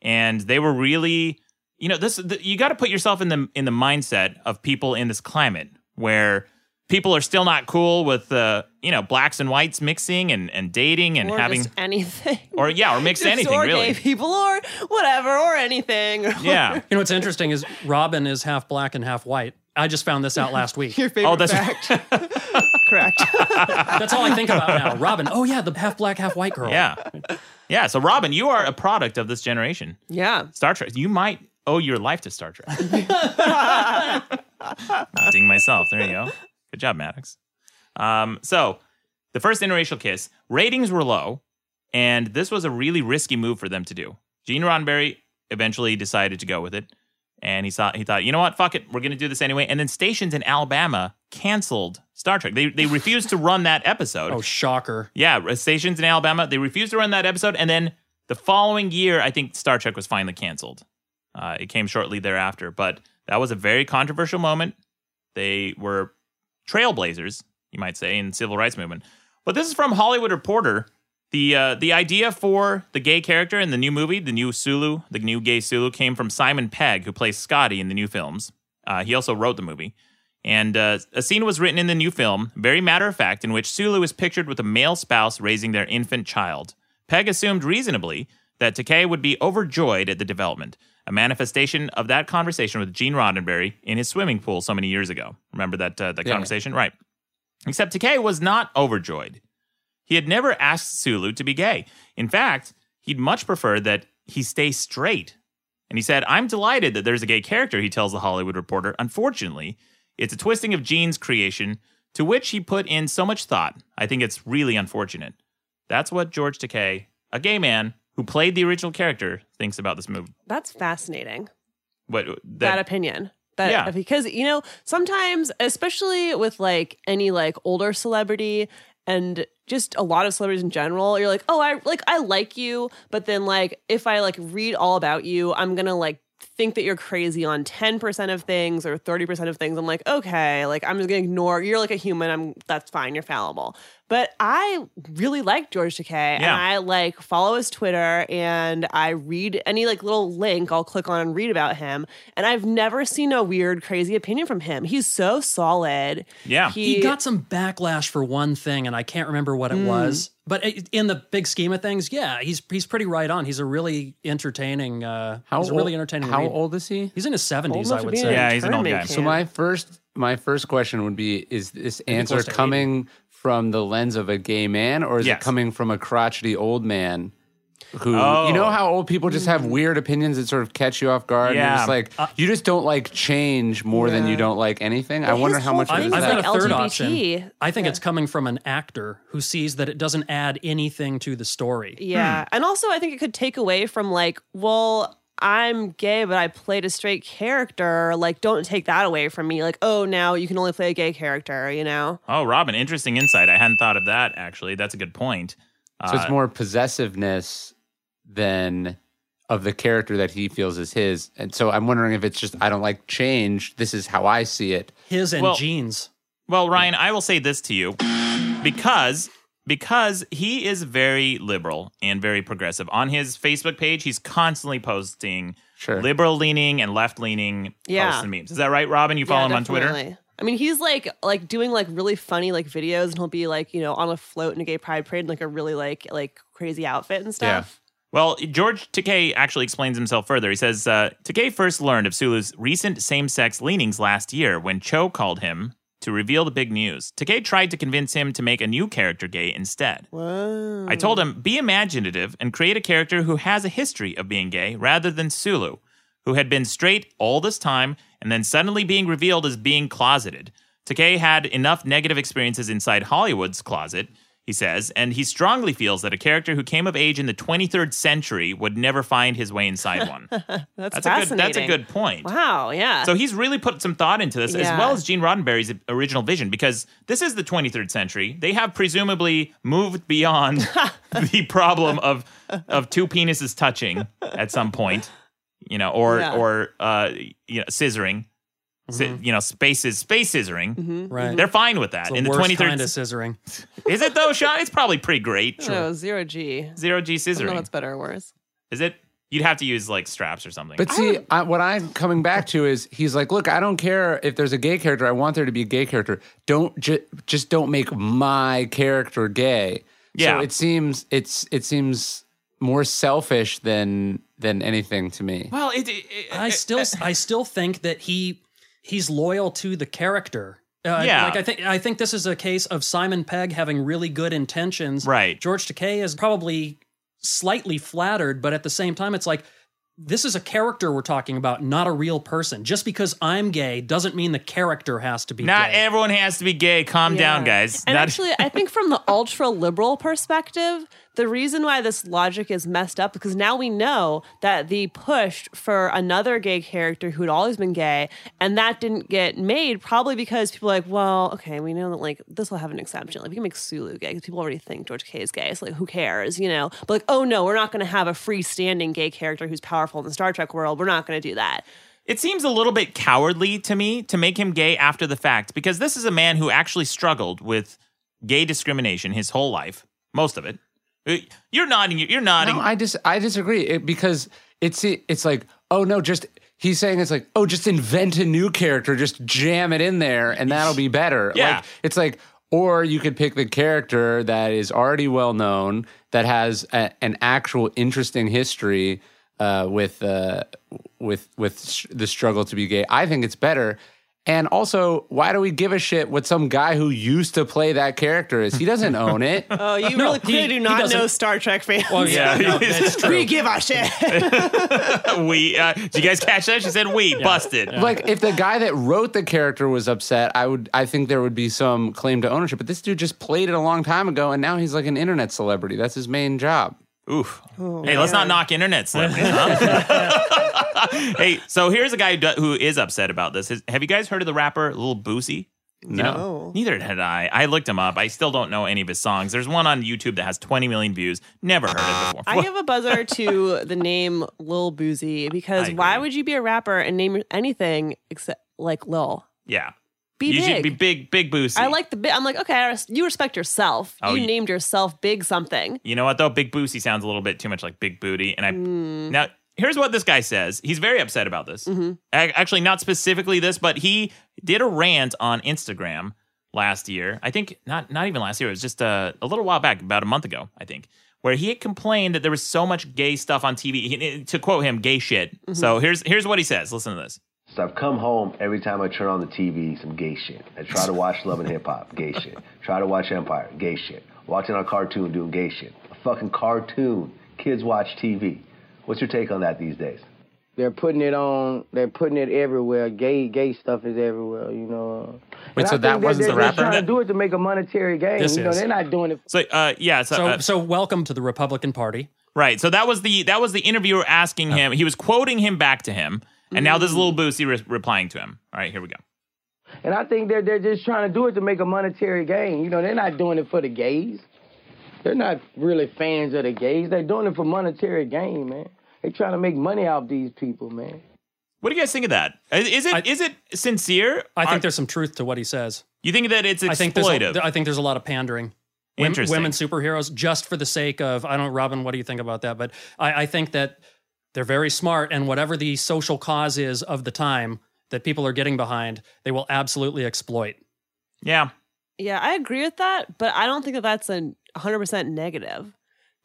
[SPEAKER 1] And they were really. You know this. The, you got to put yourself in the in the mindset of people in this climate where people are still not cool with uh, you know blacks and whites mixing and, and dating and
[SPEAKER 3] or
[SPEAKER 1] having
[SPEAKER 3] just anything.
[SPEAKER 1] or yeah or mix
[SPEAKER 3] Just
[SPEAKER 1] anything
[SPEAKER 3] or
[SPEAKER 1] really
[SPEAKER 3] gay people or whatever or anything. or-
[SPEAKER 1] yeah
[SPEAKER 2] You know what's interesting is Robin is half black and half white. I just found this out last week.
[SPEAKER 3] Your favorite
[SPEAKER 1] oh that's
[SPEAKER 3] fact. Correct.
[SPEAKER 2] That's all I think about now. Robin. Oh yeah, the half black, half white girl.
[SPEAKER 1] yeah yeah so Robin you are a product of this generation
[SPEAKER 3] yeah.
[SPEAKER 1] Star Trek you might owe your life to Star Trek ding myself there you go good job Maddox um so the first interracial kiss ratings were low and this was a really risky move for them to do Gene Roddenberry eventually decided to go with it and he thought he thought, you know what, fuck it, we're gonna do this anyway. And then stations in Alabama canceled Star Trek. They they refused to run that episode.
[SPEAKER 2] Oh shocker.
[SPEAKER 1] yeah, uh, stations in Alabama they refused to run that episode. And then the following year, I think Star Trek was finally canceled. Uh, it came shortly thereafter, but that was a very controversial moment. They were trailblazers, you might say, in the civil rights movement. But this is from Hollywood Reporter. The uh, the idea for the gay character in the new movie, the new Sulu, the new gay Sulu, came from Simon Pegg, who plays Scotty in the new films. Uh, he also wrote the movie. And uh, a scene was written in the new film, very matter of fact, in which Sulu is pictured with a male spouse raising their infant child. Pegg assumed reasonably that Takei would be overjoyed at the development, a manifestation of that conversation with Gene Roddenberry in his swimming pool so many years ago. Remember that, uh, that
[SPEAKER 4] Yeah.
[SPEAKER 1] conversation? Right. Except Takei was not overjoyed. He had never asked Sulu to be gay. In fact, he'd much prefer that he stay straight And he said, I'm delighted that there's a gay character, he tells The Hollywood Reporter. Unfortunately, it's a twisting of Gene's creation to which he put in so much thought. I think it's really unfortunate. That's what George Takei, a gay man who played the original character, thinks about this movie.
[SPEAKER 3] That's fascinating.
[SPEAKER 1] What that,
[SPEAKER 3] that, opinion. That
[SPEAKER 1] Yeah.
[SPEAKER 3] because you know sometimes, especially with like any like older celebrity and just a lot of celebrities in general, you're like, oh, I like I like you, but then like if I like read all about you, I'm gonna like think that you're crazy on 10% of things or 30% of things. I'm like, okay, like I'm just gonna ignore you're like a human, I'm that's fine, you're fallible. But I really like George Takei and
[SPEAKER 1] Yeah.
[SPEAKER 3] I like follow his Twitter and I read any like little link I'll click on and read about him. And I've never seen a weird, crazy opinion from him. He's so solid.
[SPEAKER 1] yeah. Hmm.
[SPEAKER 2] He got some backlash for one thing, and I can't remember what it was. But i- in the big scheme of things, yeah, he's he's pretty right on. He's a really entertaining. Uh, he's a really entertaining.
[SPEAKER 4] How
[SPEAKER 2] read.
[SPEAKER 4] old is he?
[SPEAKER 2] He's in his seventies,
[SPEAKER 3] Almost
[SPEAKER 2] I would
[SPEAKER 3] being
[SPEAKER 2] say.
[SPEAKER 1] Yeah, he's an old
[SPEAKER 3] tournament
[SPEAKER 1] guy.
[SPEAKER 4] So
[SPEAKER 3] champ.
[SPEAKER 4] my first my first question would be: Is this answer
[SPEAKER 2] close to
[SPEAKER 4] coming from the lens of a gay man, or is
[SPEAKER 1] Yes.
[SPEAKER 4] it coming from a crotchety old man? Who
[SPEAKER 1] Oh.
[SPEAKER 4] you know how old people just have weird opinions that sort of catch you off guard.
[SPEAKER 1] Yeah.
[SPEAKER 4] And it's like you just don't like change more than you don't like anything. I
[SPEAKER 3] But
[SPEAKER 4] wonder
[SPEAKER 3] his
[SPEAKER 4] how much
[SPEAKER 3] whole
[SPEAKER 4] of
[SPEAKER 2] I've,
[SPEAKER 4] it is
[SPEAKER 3] thing
[SPEAKER 2] I've
[SPEAKER 4] that.
[SPEAKER 3] is
[SPEAKER 2] got
[SPEAKER 3] like
[SPEAKER 2] a third
[SPEAKER 3] LGBT.
[SPEAKER 2] option. I think it's coming from an actor who sees that it doesn't add anything to the story.
[SPEAKER 3] Yeah. And also, I think it could take away from like, well, I'm gay, but I played a straight character. Like, don't take that away from me. Like, oh, now you can only play a gay character, you know?
[SPEAKER 1] Oh, Robin, interesting insight. I hadn't thought of that actually. That's a good point.
[SPEAKER 4] So it's more possessiveness than of the character that he feels is his. And so I'm wondering if it's just I don't like change. This is how I see it.
[SPEAKER 2] His and
[SPEAKER 1] Well-
[SPEAKER 2] Gene's.
[SPEAKER 1] Well, Ryan, I will say this to you because because he is very liberal and very progressive. On his Facebook page, he's constantly posting
[SPEAKER 4] Sure.
[SPEAKER 1] liberal leaning and left leaning
[SPEAKER 3] Yeah.
[SPEAKER 1] posts and memes. Is that right, Robin? You follow
[SPEAKER 3] Yeah,
[SPEAKER 1] him on Twitter?
[SPEAKER 3] definitely. I mean, he's like like doing like really funny like videos, and he'll be like you know on a float in a gay pride parade, in, like a really like like crazy outfit and stuff.
[SPEAKER 1] Well, George Takei actually explains himself further. He says uh, Takei first learned of Sulu's recent same sex leanings last year when Cho called him to reveal the big news. Takei tried to convince him to make a new character gay instead.
[SPEAKER 3] Whoa.
[SPEAKER 1] I told him, be imaginative and create a character who has a history of being gay rather than Sulu, who had been straight all this time and then suddenly being revealed as being closeted. Takei had enough negative experiences inside Hollywood's closet, he says, and he strongly feels that a character who came of age in the 23rd century would never find his way inside one.
[SPEAKER 3] that's,
[SPEAKER 1] that's, a good,
[SPEAKER 3] fascinating.
[SPEAKER 1] that's a good point.
[SPEAKER 3] Wow, yeah.
[SPEAKER 1] So he's really put some thought into this, as
[SPEAKER 3] Yeah.
[SPEAKER 1] well as Gene Roddenberry's original vision, because this is the 23rd century. They have presumably moved beyond the problem of of two penises touching at some point, you know, or
[SPEAKER 3] Yeah. Mm-hmm.
[SPEAKER 1] or uh, you know, scissoring, Si- you know, spaces space scissoring.
[SPEAKER 2] Right.
[SPEAKER 1] mm-hmm. They're fine with that
[SPEAKER 2] It's the
[SPEAKER 1] in the
[SPEAKER 2] worst
[SPEAKER 1] 23rd.
[SPEAKER 2] kind of scissoring.
[SPEAKER 1] is it though, Sean? It's probably pretty great.
[SPEAKER 3] no, zero G.
[SPEAKER 1] Zero G
[SPEAKER 3] I don't know what's
[SPEAKER 1] scissoring.
[SPEAKER 3] better or worse.
[SPEAKER 1] Is it? You'd have to use like straps or something.
[SPEAKER 4] But see, I, what I'm coming back to is he's like, look, I don't care if there's a gay character. I want there to be a gay character. Don't ju- just don't make my character gay.
[SPEAKER 1] Yeah.
[SPEAKER 4] So it seems it's it seems more selfish than than anything to me.
[SPEAKER 1] well, it, it, it-
[SPEAKER 2] I still I still think that he he's loyal to the character. Uh,
[SPEAKER 1] Yeah.
[SPEAKER 2] like I think I think this is a case of Simon Pegg having really good intentions.
[SPEAKER 1] Right.
[SPEAKER 2] George Takei is probably slightly flattered, but at the same time, it's like this is a character we're talking about, not a real person. Just because I'm gay doesn't mean the character has to be
[SPEAKER 1] Not
[SPEAKER 2] gay.
[SPEAKER 1] everyone has to be gay. Calm down,
[SPEAKER 3] Yeah.
[SPEAKER 1] guys.
[SPEAKER 3] And
[SPEAKER 1] Not-
[SPEAKER 3] actually, I think from the ultra liberal perspective, the reason why this logic is messed up because now we know that the push for another gay character who had always been gay and that didn't get made probably because people are like, well, okay, we know that like this will have an exception. Like we can make Sulu gay because people already think George K is gay. So like, who cares, you know? But like, oh no, we're not going to have a freestanding gay character who's powerful in the Star Trek world. We're not going to do that.
[SPEAKER 1] It seems a little bit cowardly to me to make him gay after the fact because this is a man who actually struggled with gay discrimination his whole life, most of it. Uh, You're nodding. You're nodding.
[SPEAKER 4] No, I dis I disagree it, because it's it's like oh no, just he's saying it's like oh just invent a new character, just jam it in there, and that'll be better.
[SPEAKER 1] Yeah.
[SPEAKER 4] like, it's like or you could pick the character that is already well known that has a, an actual interesting history uh, with uh, with with sh- the struggle to be gay. I think it's better. And also, why do we give a shit what some guy who used to play that character is? He doesn't own it.
[SPEAKER 3] Oh, you really clearly do
[SPEAKER 2] he
[SPEAKER 3] not know
[SPEAKER 2] doesn't.
[SPEAKER 3] Star Trek fans.
[SPEAKER 2] Well, yeah,
[SPEAKER 1] Yeah.
[SPEAKER 2] no, that's
[SPEAKER 3] we
[SPEAKER 2] true.
[SPEAKER 3] give a shit.
[SPEAKER 1] we, uh, did you guys catch that? She said we busted.
[SPEAKER 4] Like if the guy that wrote the character was upset, I would I think there would be some claim to ownership. But this dude just played it a long time ago and now he's like an internet celebrity. That's his main job.
[SPEAKER 1] Oof. hey, let's not knock internet celebrities. huh? hey, so here's a guy who do- who is upset about this. His- have you guys heard of the rapper Lil Boosie?
[SPEAKER 4] No.
[SPEAKER 1] Neither had I. I looked him up. I still don't know any of his songs. There's one on YouTube that has 20 million views. Never heard it before.
[SPEAKER 3] I give a buzzer to the name Lil Boozy because
[SPEAKER 1] I
[SPEAKER 3] why
[SPEAKER 1] agree.
[SPEAKER 3] would you be a rapper and name anything except like Lil?
[SPEAKER 1] yeah.
[SPEAKER 3] Be
[SPEAKER 1] you
[SPEAKER 3] big.
[SPEAKER 1] should be big, big Boosie.
[SPEAKER 3] I like the bit. I'm like, okay, I res- you respect yourself.
[SPEAKER 1] Oh,
[SPEAKER 3] you
[SPEAKER 1] you-
[SPEAKER 3] named yourself Big Something.
[SPEAKER 1] You know what though? Big Boosie sounds a little bit too much like Big Booty. And I
[SPEAKER 3] Mm.
[SPEAKER 1] now here's what this guy says. He's very upset about this.
[SPEAKER 3] Mm-hmm.
[SPEAKER 1] Ac- Actually, not specifically this, but he did a rant on Instagram last year. I think not not even last year. It was just uh, a little while back, about a month ago, I think, where he had complained that there was so much gay stuff on TV. He- to quote him, "gay shit."
[SPEAKER 3] Mm-hmm.
[SPEAKER 1] So here's here's what he says. Listen to this.
[SPEAKER 9] So I've come home every time I turn on the TV, some gay shit. I try to watch Love and Hip Hop, gay shit. Try to watch Empire, gay shit. Watching a cartoon, doing gay shit. A fucking cartoon. Kids watch TV. What's your take on that these days?
[SPEAKER 10] they're putting it on they're putting it everywhere gay gay stuff is everywhere you know
[SPEAKER 4] Wait, so that wasn't the
[SPEAKER 10] they're just
[SPEAKER 4] rapper?
[SPEAKER 10] trying to do it to make a monetary gain
[SPEAKER 2] This
[SPEAKER 10] you know
[SPEAKER 2] is.
[SPEAKER 10] they're not doing it
[SPEAKER 1] So uh, yeah, so,
[SPEAKER 2] So,
[SPEAKER 1] uh,
[SPEAKER 2] so welcome to the Republican Party.
[SPEAKER 1] Right. So that was the that was the interviewer asking him. He was quoting him back to him, and now this
[SPEAKER 2] Mm.
[SPEAKER 1] is little Boosie re- replying to him. All right, here we go.
[SPEAKER 10] and i think they're, they're just trying to do it to make a monetary gain you know they're not doing it for the gays they're not really fans of the gays they're doing it for monetary gain man they're trying to make money off these people man
[SPEAKER 1] What do you guys think of that? Is, is it
[SPEAKER 2] I-
[SPEAKER 1] is it sincere?
[SPEAKER 2] I think
[SPEAKER 1] Are-
[SPEAKER 2] there's some truth to what he says.
[SPEAKER 1] You think that it's exploitive?
[SPEAKER 2] I think there's a, I think there's a lot of pandering. Wom-
[SPEAKER 1] Interesting.
[SPEAKER 2] Women superheroes just for the sake of I don't Robin, what do you think about that? But I, I think that they're very smart and whatever the social cause is of the time that people are getting behind, they will absolutely exploit.
[SPEAKER 1] yeah.
[SPEAKER 3] Yeah, I agree with that, but I don't think that that's a 100% negative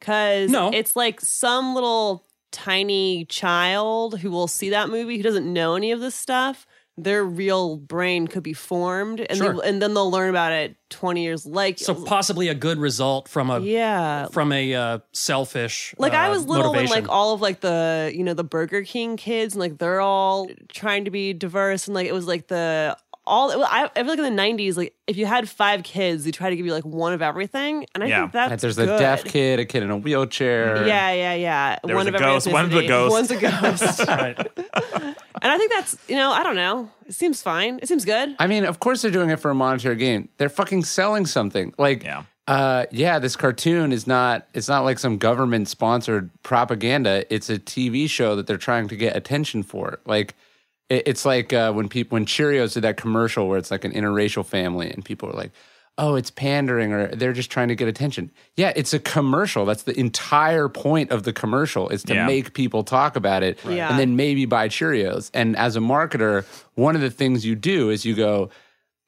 [SPEAKER 3] because
[SPEAKER 2] No.
[SPEAKER 3] it's like some little tiny child who will see that movie who doesn't know any of this stuff. Their real brain could be formed, and
[SPEAKER 2] Sure.
[SPEAKER 3] they, and then they'll learn about it 20 years like
[SPEAKER 2] So possibly a good result from a
[SPEAKER 3] yeah,
[SPEAKER 2] from a uh, selfish
[SPEAKER 3] like I
[SPEAKER 2] uh,
[SPEAKER 3] was little
[SPEAKER 2] motivation.
[SPEAKER 3] and like all of like the you know the Burger King kids and like they're all trying to be diverse and like it was like the all I, I feel like in the nineties like if you had five kids they try to give you like one of everything and I
[SPEAKER 1] Yeah.
[SPEAKER 3] think that's
[SPEAKER 4] Like, there's
[SPEAKER 3] good.
[SPEAKER 4] a deaf kid, a kid in a wheelchair.
[SPEAKER 3] yeah yeah yeah
[SPEAKER 1] There
[SPEAKER 3] one
[SPEAKER 1] was
[SPEAKER 3] of
[SPEAKER 1] a
[SPEAKER 3] every
[SPEAKER 1] ghost, one's a
[SPEAKER 3] ethnicity.
[SPEAKER 1] ghost.
[SPEAKER 3] one's a ghost
[SPEAKER 2] Right.
[SPEAKER 3] and I think that's you know I don't know it seems fine it seems good
[SPEAKER 4] I mean, of course they're doing it for a monetary gain. They're fucking selling something. Like,
[SPEAKER 1] Yeah.
[SPEAKER 4] uh, yeah, this cartoon is not. It's not like some government sponsored propaganda. It's a TV show that they're trying to get attention for. Like, it, it's like uh, when people when Cheerios did that commercial where it's like an interracial family and people are like. Oh, it's pandering, or they're just trying to get attention. Yeah, it's a commercial. That's the entire point of the commercial is to
[SPEAKER 1] Yeah.
[SPEAKER 4] make people talk about it,
[SPEAKER 3] Right.
[SPEAKER 4] and
[SPEAKER 3] Yeah.
[SPEAKER 4] then and maybe buy Cheerios. And as a marketer, one of the things you do is you go,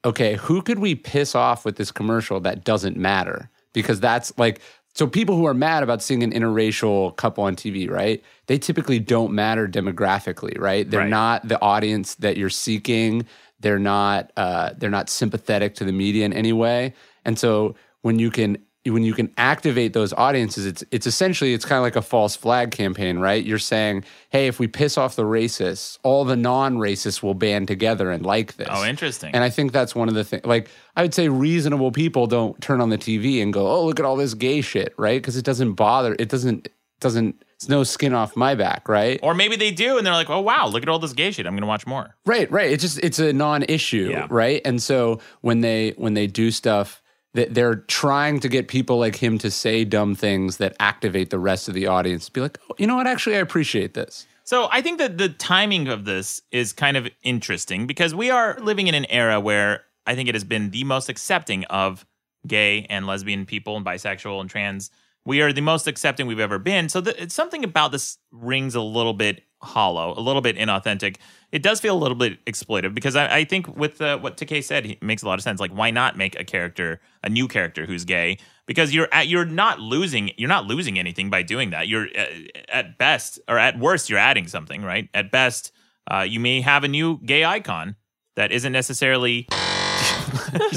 [SPEAKER 4] okay, who could we piss off with this commercial that doesn't matter? Because that's like, so people who are mad about seeing an interracial couple on TV, right? They typically don't matter demographically, right? They're
[SPEAKER 1] Right.
[SPEAKER 4] not the audience that you're seeking. They're not uh, they're not sympathetic to the media in any way. And so when you can when you can activate those audiences, it's it's essentially it's kind of like a false flag campaign, right? You're saying, hey, if we piss off the racists, all the non-racists will band together and like this.
[SPEAKER 1] Oh, interesting.
[SPEAKER 4] And I think that's one of the things. Like, I would say reasonable people don't turn on the TV and go, "Oh, look at all this gay shit," right? Because it doesn't bother. It doesn't. Doesn't. It's no skin off my back, right?
[SPEAKER 1] or maybe they do, and they're like, oh wow, look at all this gay shit. I'm gonna watch more.
[SPEAKER 4] Right, right. It's just it's a non-issue,
[SPEAKER 1] Yeah.
[SPEAKER 4] right? And so when they when they do stuff that they're trying to get people like him to say dumb things that activate the rest of the audience. Be like, oh, you know what? Actually, I appreciate this.
[SPEAKER 1] So I think that the timing of this is kind of interesting because we are living in an era where I think it has been the most accepting of gay and lesbian people and bisexual and trans. We are the most accepting we've ever been. So th- it's something about this rings a little bit hollow, a little bit inauthentic. It does feel a little bit exploitive because I, I think with uh, what Takei said, he makes a lot of sense. Like, why not make a character, a new character who's gay? Because you're at, you're not losing you're not losing anything by doing that. You're uh, at best or at worst you're adding something, right? At best, uh, you may have a new gay icon that isn't necessarily.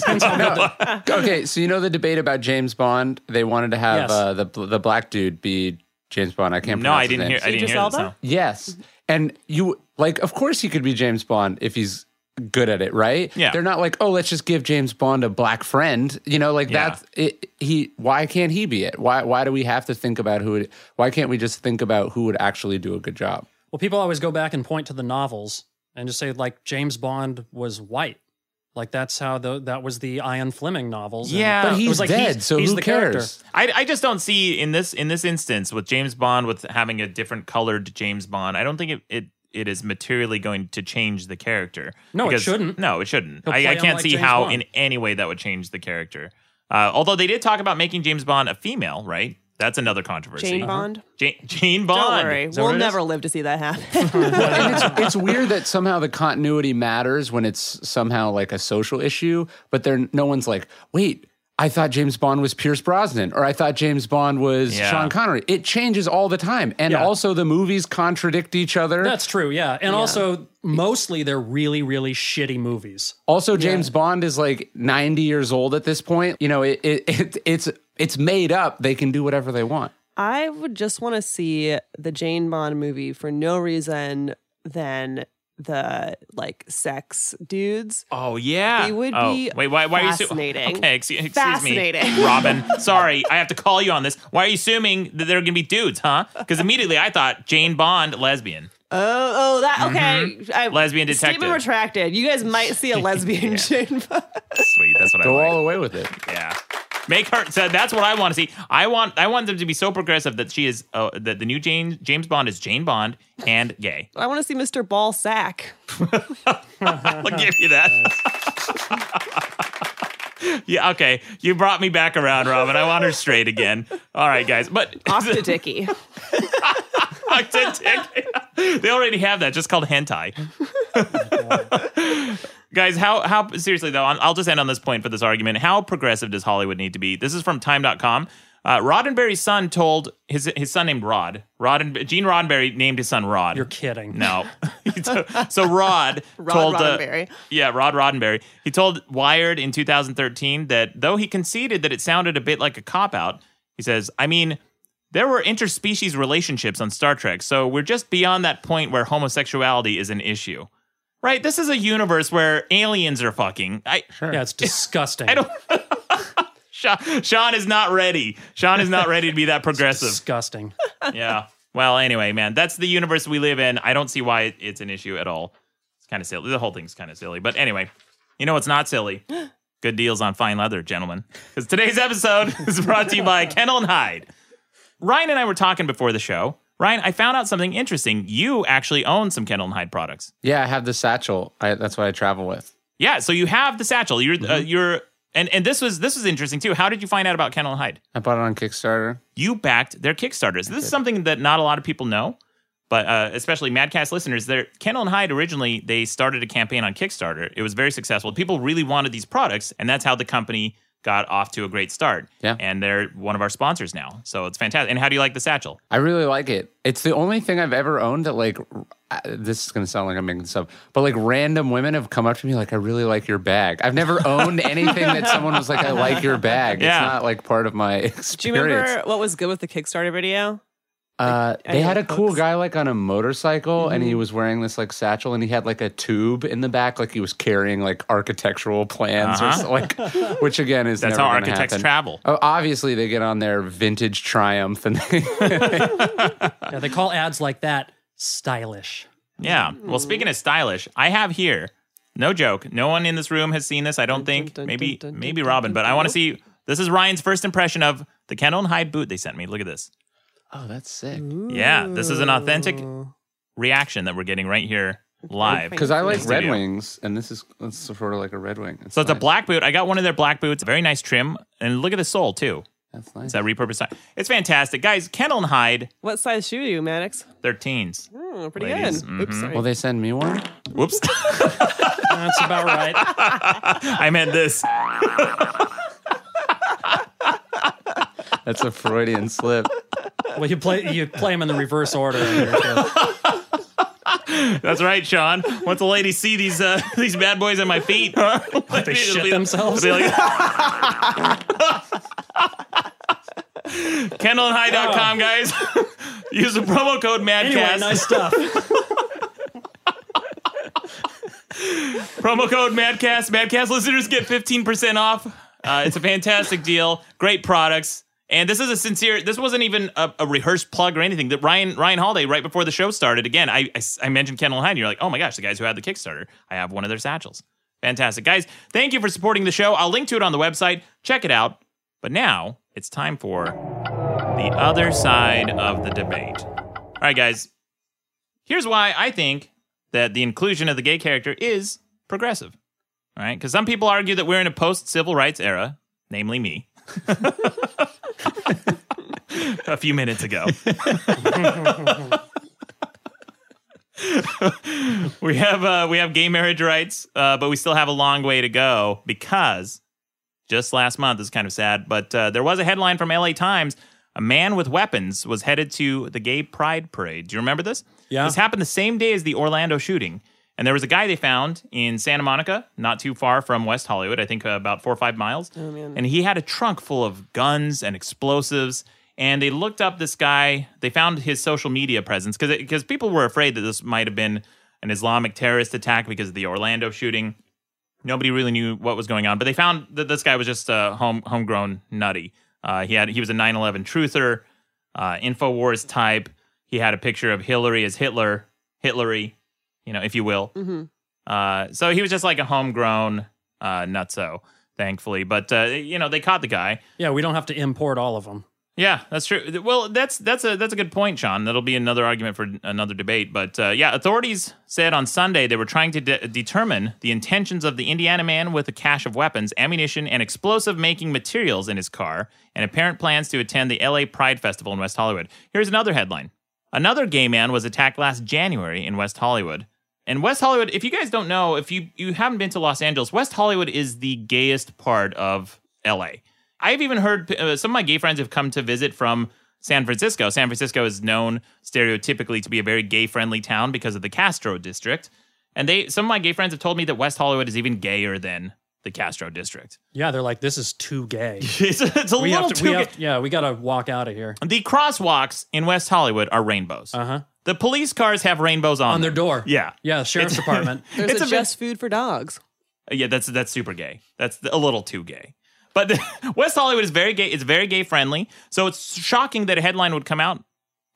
[SPEAKER 4] okay, so you know the debate about James Bond? They wanted to have
[SPEAKER 2] Yes.
[SPEAKER 4] uh, the the black dude be James Bond. I can't.
[SPEAKER 1] No, I
[SPEAKER 4] pronounce his
[SPEAKER 1] didn't
[SPEAKER 4] name.
[SPEAKER 1] hear. I didn't
[SPEAKER 3] Idris
[SPEAKER 1] hear this.
[SPEAKER 3] Elba?
[SPEAKER 1] No.
[SPEAKER 4] Yes. And you like of course he could be James Bond if he's good at it, right?
[SPEAKER 1] Yeah.
[SPEAKER 4] They're not like, "Oh, let's just give James Bond a black friend." You know, like
[SPEAKER 1] Yeah.
[SPEAKER 4] that's it, he why can't he be it? Why why do we have to think about who it, why can't we just think about who would actually do a good job?
[SPEAKER 2] Well, people always go back and point to the novels and just say like James Bond was white. Like that's how the that was the Ian Fleming novels. and-
[SPEAKER 1] Yeah. But
[SPEAKER 2] Oh, it was
[SPEAKER 4] he's
[SPEAKER 2] like,
[SPEAKER 4] dead, so
[SPEAKER 2] he's
[SPEAKER 4] who
[SPEAKER 2] the character.
[SPEAKER 4] cares?
[SPEAKER 1] I, I just don't see in this in this instance with James Bond with having a different colored James Bond. I don't think it it, it is materially going to change the character.
[SPEAKER 2] No, it shouldn't.
[SPEAKER 1] No, it shouldn't.
[SPEAKER 2] He'll
[SPEAKER 1] I,
[SPEAKER 2] play
[SPEAKER 1] I
[SPEAKER 2] him
[SPEAKER 1] can't
[SPEAKER 2] like
[SPEAKER 1] see
[SPEAKER 2] James
[SPEAKER 1] how
[SPEAKER 2] Bond.
[SPEAKER 1] in any way that would change the character. Uh, although they did talk about making James Bond a female, right? That's another controversy.
[SPEAKER 3] Jane Bond.
[SPEAKER 1] Jane, Jane Bond.
[SPEAKER 3] Don't worry,
[SPEAKER 1] Is that
[SPEAKER 3] we'll
[SPEAKER 1] what it is?
[SPEAKER 3] never live to see that happen.
[SPEAKER 4] and it's, it's weird that somehow the continuity matters when it's somehow like a social issue, but there no one's like, wait, I thought James Bond was Pierce Brosnan, or I thought James Bond was
[SPEAKER 1] Yeah.
[SPEAKER 4] Sean Connery. It changes all the time, and
[SPEAKER 2] Yeah.
[SPEAKER 4] also the movies contradict each other.
[SPEAKER 2] That's true, yeah. And also mostly they're really, really shitty movies.
[SPEAKER 4] also, James Bond is like ninety years old at this point. You know, it, it, it it's it's made up. They can do whatever they want.
[SPEAKER 3] I would just want to see the Jane Bond movie for no reason than the like sex dudes.
[SPEAKER 1] Oh yeah.
[SPEAKER 3] They would
[SPEAKER 1] oh,
[SPEAKER 3] be
[SPEAKER 1] wait. Why? Why are you?
[SPEAKER 3] fascinating.
[SPEAKER 1] Su- okay. Excuse, excuse me,
[SPEAKER 3] Fascinating.
[SPEAKER 1] Robin. Sorry, I have to call you on this. Why are you assuming that they're gonna be dudes, huh? Because immediately I thought Jane Bond lesbian.
[SPEAKER 3] Oh, oh, that okay. I,
[SPEAKER 1] Mm-hmm. Lesbian detective.
[SPEAKER 3] Statement retracted. You guys might see a lesbian Jane Bond.
[SPEAKER 1] Sweet. That's what
[SPEAKER 4] Go
[SPEAKER 1] I
[SPEAKER 4] all
[SPEAKER 1] like.
[SPEAKER 4] the way with it.
[SPEAKER 1] Yeah. Make her. So that's what I want to see. I want. I want them to be so progressive that she is. Uh, that the new Jane James Bond is Jane Bond and gay.
[SPEAKER 3] I want to see Mr. Ball Sack.
[SPEAKER 1] I'll give you that. yeah. Okay. You brought me back around, Robin. I want her straight again. All right, guys. But
[SPEAKER 3] Octa Dicky.
[SPEAKER 1] Octodick. they already have that, just called hentai. Guys, how how seriously though? I'll I'll just end on this point for this argument. How progressive does Hollywood need to be? This is from Time.com. Uh, Roddenberry's son told his his son named Rod. Rodden Gene Roddenberry named his son Rod.
[SPEAKER 2] You're kidding.
[SPEAKER 1] No. so, so Rod,
[SPEAKER 3] Rod
[SPEAKER 1] told uh,
[SPEAKER 3] Roddenberry.
[SPEAKER 1] yeah, Rod Roddenberry. He told Wired in 2013 that though he conceded that it sounded a bit like a cop out, he says, "I mean, there were interspecies relationships on Star Trek, so we're just beyond that point where homosexuality is an issue." Right? This is a universe where aliens are fucking. I
[SPEAKER 2] Yeah, it's disgusting.
[SPEAKER 1] I don't Sean, Sean is not ready. Sean is not ready to be that progressive.
[SPEAKER 2] disgusting.
[SPEAKER 1] yeah. Well, anyway, man, that's the universe we live in. I don't see why it- it's an issue at all. It's kind of silly. The whole thing's kind of silly. But anyway, you know what's not silly? Good deals on fine leather, gentlemen. Because today's episode is brought to you by Kennel and Hyde. Ryan and I were talking before the show. Ryan, I found out something interesting. You actually own some Kennel and Hyde products.
[SPEAKER 4] Yeah, I have the satchel. I, that's what I travel with.
[SPEAKER 1] Yeah, so you have the satchel. You're uh, you're and and this was this was interesting too. How did you find out about Kennel and Hyde?
[SPEAKER 4] I bought it on Kickstarter.
[SPEAKER 1] you backed their Kickstarters. This is something that not a lot of people know, but uh, especially Madcast listeners. Their Kendall and Hyde originally they started a campaign on Kickstarter. It was very successful. People really wanted these products, and that's how the company got off to a great start.
[SPEAKER 4] Yeah.
[SPEAKER 1] and they're one of our sponsors now, so it's fantastic. And how do you like the satchel?
[SPEAKER 4] I really like it. It's the only thing I've ever owned that like r- uh, this is going to sound like I'm making stuff, but like random women have come up to me like I really like your bag. I've never owned anything that someone was like I like your bag.
[SPEAKER 1] Yeah.
[SPEAKER 4] It's not like part of my
[SPEAKER 3] Do you remember
[SPEAKER 4] experience.
[SPEAKER 3] what was good with the Kickstarter video?
[SPEAKER 4] Uh, they had a
[SPEAKER 3] like
[SPEAKER 4] cool
[SPEAKER 3] books?
[SPEAKER 4] guy like on a motorcycle and he was wearing this like satchel and he had like a tube in the back like he was carrying like architectural plans
[SPEAKER 1] Uh-huh.
[SPEAKER 4] or so, like which again is
[SPEAKER 1] That's
[SPEAKER 4] never
[SPEAKER 1] how
[SPEAKER 4] gonna
[SPEAKER 1] architects
[SPEAKER 4] happen.
[SPEAKER 1] travel.
[SPEAKER 4] Oh, obviously they get on their vintage triumph and they
[SPEAKER 2] Yeah, they call ads like that stylish.
[SPEAKER 1] Yeah. Well, speaking of stylish, I have here, no joke, no one in this room has seen this, I don't think.
[SPEAKER 3] dun,
[SPEAKER 1] Maybe
[SPEAKER 3] dun, dun,
[SPEAKER 1] maybe
[SPEAKER 3] dun,
[SPEAKER 1] Robin,
[SPEAKER 3] dun,
[SPEAKER 1] but I
[SPEAKER 3] dun.
[SPEAKER 1] want to see this is Ryan's first impression of the Kendall and Hyde boot they sent me. Look at this.
[SPEAKER 4] Oh, that's sick.
[SPEAKER 1] Yeah, this is an authentic reaction that we're getting right here live.
[SPEAKER 4] Because I like Red
[SPEAKER 1] Studio.
[SPEAKER 4] Wings, and this is it's sort of like a Red Wing.
[SPEAKER 1] So it's a
[SPEAKER 4] nice.
[SPEAKER 1] black boot. I got one of their black boots, very nice trim, and look at the sole too.
[SPEAKER 4] That's nice.
[SPEAKER 1] It's that repurposed. side. It's fantastic, guys. Kendall and Hyde,
[SPEAKER 3] What size shoe are you, Maddox?
[SPEAKER 1] they're teens.
[SPEAKER 3] Hmm, pretty
[SPEAKER 1] Ladies, Mm-hmm.
[SPEAKER 3] good. Oops, sorry.
[SPEAKER 4] Will they send me one?
[SPEAKER 1] Whoops,
[SPEAKER 2] That's about right.
[SPEAKER 1] I meant this.
[SPEAKER 4] That's a Freudian slip.
[SPEAKER 2] Well, you play you play them in the reverse order.
[SPEAKER 1] That's right, Sean. Once the ladies see these uh, these bad boys on my feet,
[SPEAKER 2] They shit themselves.
[SPEAKER 1] Be like, KendallandHigh.com, guys. Use the promo code MADCAST.
[SPEAKER 2] anyway, nice stuff.
[SPEAKER 1] Promo code MADCAST. MADCAST listeners get 15% off. Uh, it's a fantastic deal. Great products. And this is a sincere, this wasn't even a, a rehearsed plug or anything. That Ryan Ryan Holiday, right before the show started, again, I, I s- I mentioned Kendall Hyde. and You're like, oh my gosh, the guys who had the Kickstarter. I have one of their satchels. Fantastic. Guys, thank you for supporting the show. I'll link to it on the website. Check it out. But now it's time for the other side of the debate. All right, guys. Here's why I think that the inclusion of the gay character is progressive. All right? Because some people argue that we're in a post civil rights era, namely me. a few minutes ago. we have uh, we have gay marriage rights, uh, but we still have a long way to go because just last month this is kind of sad, but uh, there was a headline from LA Times: a man with weapons was headed to the gay pride parade. Do you remember this?
[SPEAKER 2] Yeah.
[SPEAKER 1] this happened the same day as the Orlando shooting, and there was a guy they found in Santa Monica, not too far from West Hollywood. I think uh, about four or five miles, and he had a trunk full of guns and explosives. And they looked up this guy. They found his social media presence because because people were afraid that this might have been an Islamic terrorist attack because of the Orlando shooting nobody really knew what was going on, but they found that this guy was just a home homegrown nutty. Uh, he had he was a 9/11 truther, uh, Infowars type. He had a picture of Hillary as Hitler, Hitlery, you know, if you will. Uh, so he was just like a homegrown uh, nutso, thankfully. But uh, you know, they caught the guy.
[SPEAKER 2] Yeah, we don't have to import all of them.
[SPEAKER 1] Yeah, that's true. Well, that's that's a that's a good point, Sean. That'll be another argument for another debate. But uh, yeah, authorities said on Sunday they were trying to de- determine the intentions of the Indiana man with a cache of weapons, ammunition, and explosive-making materials in his car, and apparent plans to attend the L.A. Pride Festival in West Hollywood. Here's another headline: Another gay man was attacked last January in West Hollywood. And West Hollywood, if you guys don't know, if you, you haven't been to Los Angeles, West Hollywood is the gayest part of LA. I've even heard uh, some of my gay friends have come to visit from San Francisco. San Francisco is known stereotypically to be a very gay friendly town because of the Castro district. And they some of my gay friends have told me that West Hollywood is even gayer than the Castro district.
[SPEAKER 2] Yeah, they're like, this is too gay.
[SPEAKER 1] It's, it's a
[SPEAKER 2] we
[SPEAKER 1] little
[SPEAKER 2] have to,
[SPEAKER 1] too
[SPEAKER 2] we
[SPEAKER 1] gay.
[SPEAKER 2] have, yeah, we got to walk out of here.
[SPEAKER 1] The crosswalks in West Hollywood are rainbows.
[SPEAKER 2] Uh huh.
[SPEAKER 1] The police cars have rainbows on,
[SPEAKER 2] On their
[SPEAKER 1] them.
[SPEAKER 2] door.
[SPEAKER 1] Yeah.
[SPEAKER 2] Yeah, sheriff's department.
[SPEAKER 3] There's
[SPEAKER 1] It's
[SPEAKER 3] a
[SPEAKER 1] a bit-
[SPEAKER 3] just food for dogs.
[SPEAKER 1] Yeah, that's that's super gay. That's a little too gay. But West Hollywood is very gay. It's very gay friendly. So it's shocking that a headline would come out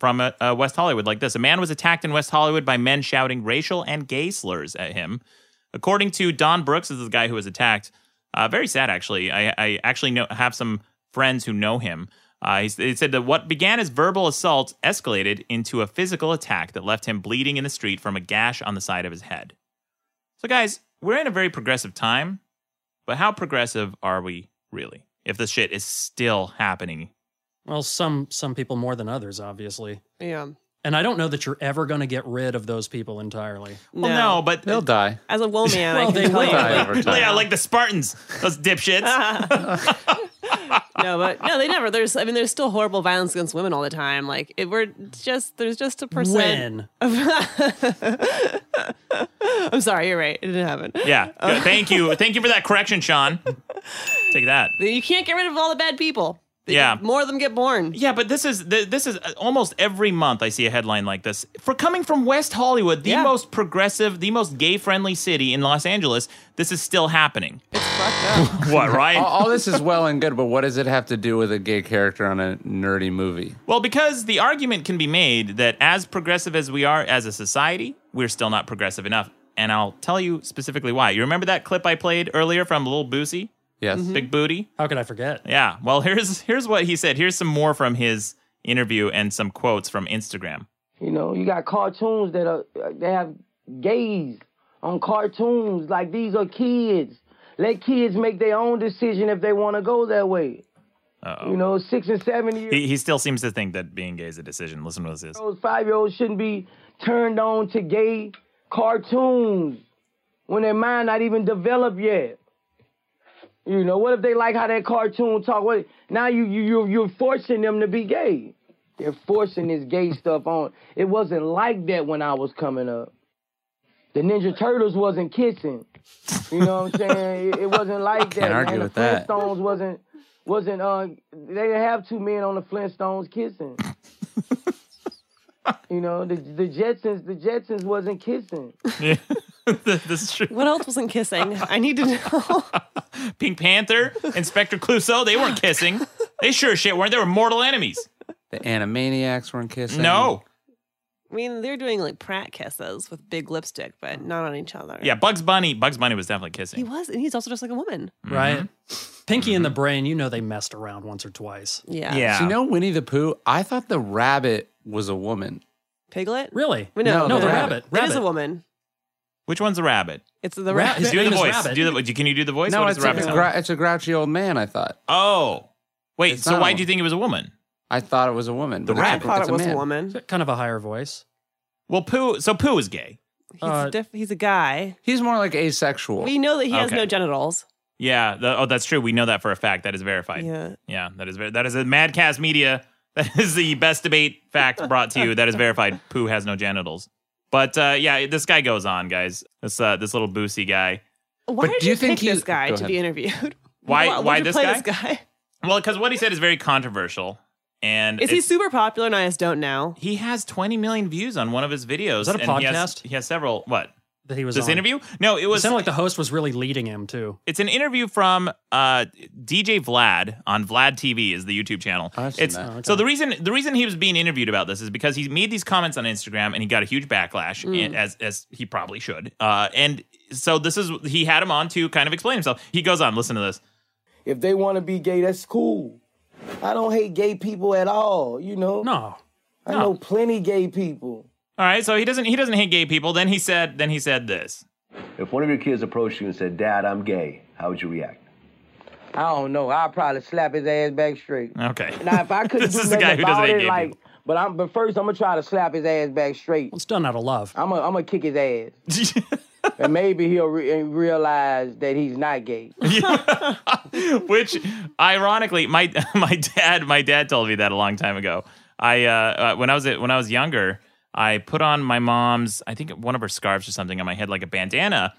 [SPEAKER 1] from uh, uh, West Hollywood like this: A man was attacked in West Hollywood by men shouting racial and gay slurs at him. According to Don Brooks, is the guy who was attacked. Uh, very sad, actually. I, I actually know have some friends who know him. Uh, he, s- he said that what began as verbal assault escalated into a physical attack that left him bleeding in the street from a gash on the side of his head. So, guys, we're in a very progressive time, but how progressive are we really? If this shit is still happening,
[SPEAKER 2] Well, some some people more than others, obviously.
[SPEAKER 3] Yeah.
[SPEAKER 2] And I don't know that you're ever going to get rid of those people entirely.
[SPEAKER 1] well, no, but
[SPEAKER 4] They'll die.
[SPEAKER 3] As a woman,
[SPEAKER 2] Well,
[SPEAKER 3] I
[SPEAKER 2] they
[SPEAKER 3] can tell
[SPEAKER 2] will.
[SPEAKER 3] you.
[SPEAKER 4] Die over time.
[SPEAKER 1] yeah, like the Spartans, those dipshits.
[SPEAKER 3] no, but no, they never. There's, I mean, there's still horrible violence against women all the time. Like, it, we're just there's just a percent.
[SPEAKER 2] When?
[SPEAKER 3] I'm sorry, you're right. It didn't happen.
[SPEAKER 1] yeah, good. thank you, thank you for that correction, Sean. Take that.
[SPEAKER 3] You can't get rid of all the bad people. They-
[SPEAKER 1] Yeah.
[SPEAKER 3] more of them get born.
[SPEAKER 1] Yeah, but this is th- this is uh, almost every month I see a headline like this. For coming from West Hollywood, the
[SPEAKER 3] Yeah.
[SPEAKER 1] most progressive, the most gay-friendly city in Los Angeles, this is still happening. It's fucked up. what, right?
[SPEAKER 4] All, all this is well and good, but what does it have to do with a gay character on a nerdy movie?
[SPEAKER 1] Well, because the argument can be made that as progressive as we are as a society, we're still not progressive enough. And I'll tell you specifically why. You remember that clip I played earlier from Lil Boosie,
[SPEAKER 4] Yes.
[SPEAKER 1] Big Booty?
[SPEAKER 2] How could I forget?
[SPEAKER 1] Yeah. Well, here's here's what he said. Here's some more from his interview and some quotes from Instagram.
[SPEAKER 10] You know, you got cartoons that are they have gays on cartoons. Like these are kids. Let kids make their own decision if they want to go that way. You know, six and seven years
[SPEAKER 1] He, he still seems to think that being gay is a decision. Listen to what this. Is.
[SPEAKER 10] olds, five year olds shouldn't be turned on to gay cartoons when their mind not even developed yet. You know, what if they like how that cartoon talk? What now you you you you're forcing them to be gay. They're forcing this gay stuff on. It wasn't like that when I was coming up. The Ninja Turtles wasn't kissing. You know what I'm saying? It, it wasn't like that.
[SPEAKER 4] Can't argue
[SPEAKER 10] man.
[SPEAKER 4] with
[SPEAKER 10] the
[SPEAKER 4] that.
[SPEAKER 10] Flintstones wasn't wasn't uh they didn't have two men on the Flintstones kissing. you know, the the Jetsons the Jetsons wasn't kissing.
[SPEAKER 1] this is true.
[SPEAKER 3] What else wasn't kissing? I need to know.
[SPEAKER 1] Pink Panther, Inspector Clouseau, they weren't kissing. They sure shit weren't. They were mortal enemies.
[SPEAKER 4] The Animaniacs weren't kissing.
[SPEAKER 1] No.
[SPEAKER 3] I mean, they're doing like prat kisses with big lipstick, but not on each other.
[SPEAKER 1] Yeah, Bugs Bunny. Bugs Bunny was definitely
[SPEAKER 3] He
[SPEAKER 1] kissing.
[SPEAKER 3] was, and he's also just like a woman.
[SPEAKER 1] Mm-hmm.
[SPEAKER 2] right? Pinky and the Brain, you know they messed around once or twice.
[SPEAKER 3] Yeah.
[SPEAKER 1] Yeah.
[SPEAKER 4] Do you know Winnie the Pooh? I thought the rabbit was a woman.
[SPEAKER 3] Piglet?
[SPEAKER 2] Really?
[SPEAKER 3] Well, No,
[SPEAKER 4] No, the
[SPEAKER 2] rabbit.
[SPEAKER 3] It is
[SPEAKER 2] Rabbit.
[SPEAKER 3] a woman.
[SPEAKER 1] Which one's the rabbit?
[SPEAKER 3] It's the
[SPEAKER 2] Rat-
[SPEAKER 3] rabbit.
[SPEAKER 2] his
[SPEAKER 1] Do the
[SPEAKER 2] name is
[SPEAKER 1] voice.
[SPEAKER 2] Rabbit.
[SPEAKER 1] Do the, can you do the voice?
[SPEAKER 4] no,
[SPEAKER 1] what does
[SPEAKER 4] it's
[SPEAKER 1] the rabbit
[SPEAKER 4] a,
[SPEAKER 1] sound like?
[SPEAKER 4] gr- it's a grouchy old man. I thought.
[SPEAKER 1] Oh. Wait,
[SPEAKER 4] It's
[SPEAKER 1] so
[SPEAKER 4] not
[SPEAKER 1] why
[SPEAKER 4] a
[SPEAKER 1] do you think it was a woman?
[SPEAKER 4] I thought it was a woman.
[SPEAKER 1] The
[SPEAKER 4] but it's
[SPEAKER 1] rabbit.
[SPEAKER 4] A,
[SPEAKER 3] I thought
[SPEAKER 4] it's
[SPEAKER 3] it was a,
[SPEAKER 4] man.
[SPEAKER 3] woman.
[SPEAKER 2] Kind of a higher voice.
[SPEAKER 1] Well, Pooh, so Pooh is gay.
[SPEAKER 3] He's,
[SPEAKER 2] Uh,
[SPEAKER 3] diff- he's a guy.
[SPEAKER 4] He's more like asexual.
[SPEAKER 3] We know that he has
[SPEAKER 1] okay.
[SPEAKER 3] no genitals.
[SPEAKER 1] Yeah, the, oh, that's true. We know that for a fact. That is verified. Yeah,
[SPEAKER 3] Yeah.
[SPEAKER 1] that is ver- that is a Madcast Media. That is the best debate fact brought to you. That is verified. Pooh has no genitals. But uh, yeah, this guy goes on, guys. This uh, this little boosie guy.
[SPEAKER 3] Why
[SPEAKER 4] But
[SPEAKER 3] did
[SPEAKER 4] do you
[SPEAKER 3] you
[SPEAKER 4] think
[SPEAKER 3] pick this
[SPEAKER 4] he's-
[SPEAKER 3] guy
[SPEAKER 4] Go
[SPEAKER 3] to
[SPEAKER 4] ahead.
[SPEAKER 3] be interviewed?
[SPEAKER 1] Why-
[SPEAKER 3] would
[SPEAKER 1] why
[SPEAKER 3] you
[SPEAKER 1] this
[SPEAKER 3] play
[SPEAKER 1] guy?
[SPEAKER 3] This guy?
[SPEAKER 1] Well, because what he said is very controversial, and
[SPEAKER 3] Is he
[SPEAKER 1] it's-
[SPEAKER 3] super popular and I just don't know?
[SPEAKER 1] he has 20 million views on one of his videos.
[SPEAKER 2] Is that a
[SPEAKER 1] and He has,
[SPEAKER 2] podcast?
[SPEAKER 1] he has several. What
[SPEAKER 2] That he was
[SPEAKER 1] this
[SPEAKER 2] on.
[SPEAKER 1] interview? No, it
[SPEAKER 2] It
[SPEAKER 1] was
[SPEAKER 2] sounded like the host was really leading him too.
[SPEAKER 1] It's an interview from uh, DJ Vlad on Vlad TV is the YouTube channel.
[SPEAKER 4] Oh, I've seen
[SPEAKER 1] It's-
[SPEAKER 4] that.
[SPEAKER 1] So the reason the reason he was being interviewed about this is because he made these comments on Instagram and he got a huge backlash
[SPEAKER 4] Mm.
[SPEAKER 1] and as as he probably should. Uh, and so this is he had him on to kind of explain himself. He goes on, listen to this.
[SPEAKER 10] If they want to be gay, that's cool. I don't hate gay people at all, you know.
[SPEAKER 2] No.
[SPEAKER 10] I know plenty gay people.
[SPEAKER 1] All right, so he doesn't he doesn't hate gay people. Then he said then he said this.
[SPEAKER 9] If one of your kids approached you and said, "Dad, I'm gay," how would you react?
[SPEAKER 10] I don't know. I'll probably slap his ass back straight.
[SPEAKER 1] Okay.
[SPEAKER 10] Now, if I couldn't
[SPEAKER 1] This
[SPEAKER 10] do
[SPEAKER 1] is the guy
[SPEAKER 10] nothing
[SPEAKER 1] who doesn't
[SPEAKER 10] about
[SPEAKER 1] hate
[SPEAKER 10] it,
[SPEAKER 1] gay
[SPEAKER 10] like,
[SPEAKER 1] people.
[SPEAKER 10] but I'm, but first I'm gonna try to slap his ass back straight.
[SPEAKER 2] It's done out of love.
[SPEAKER 10] I'm gonna, I'm gonna kick his ass, and maybe he'll re- and realize that he's not gay.
[SPEAKER 1] Which, ironically, my my dad my dad told me that a long time ago. I uh, uh, when I was when I was younger, I put on my mom's I think one of her scarves or something on my head like a bandana,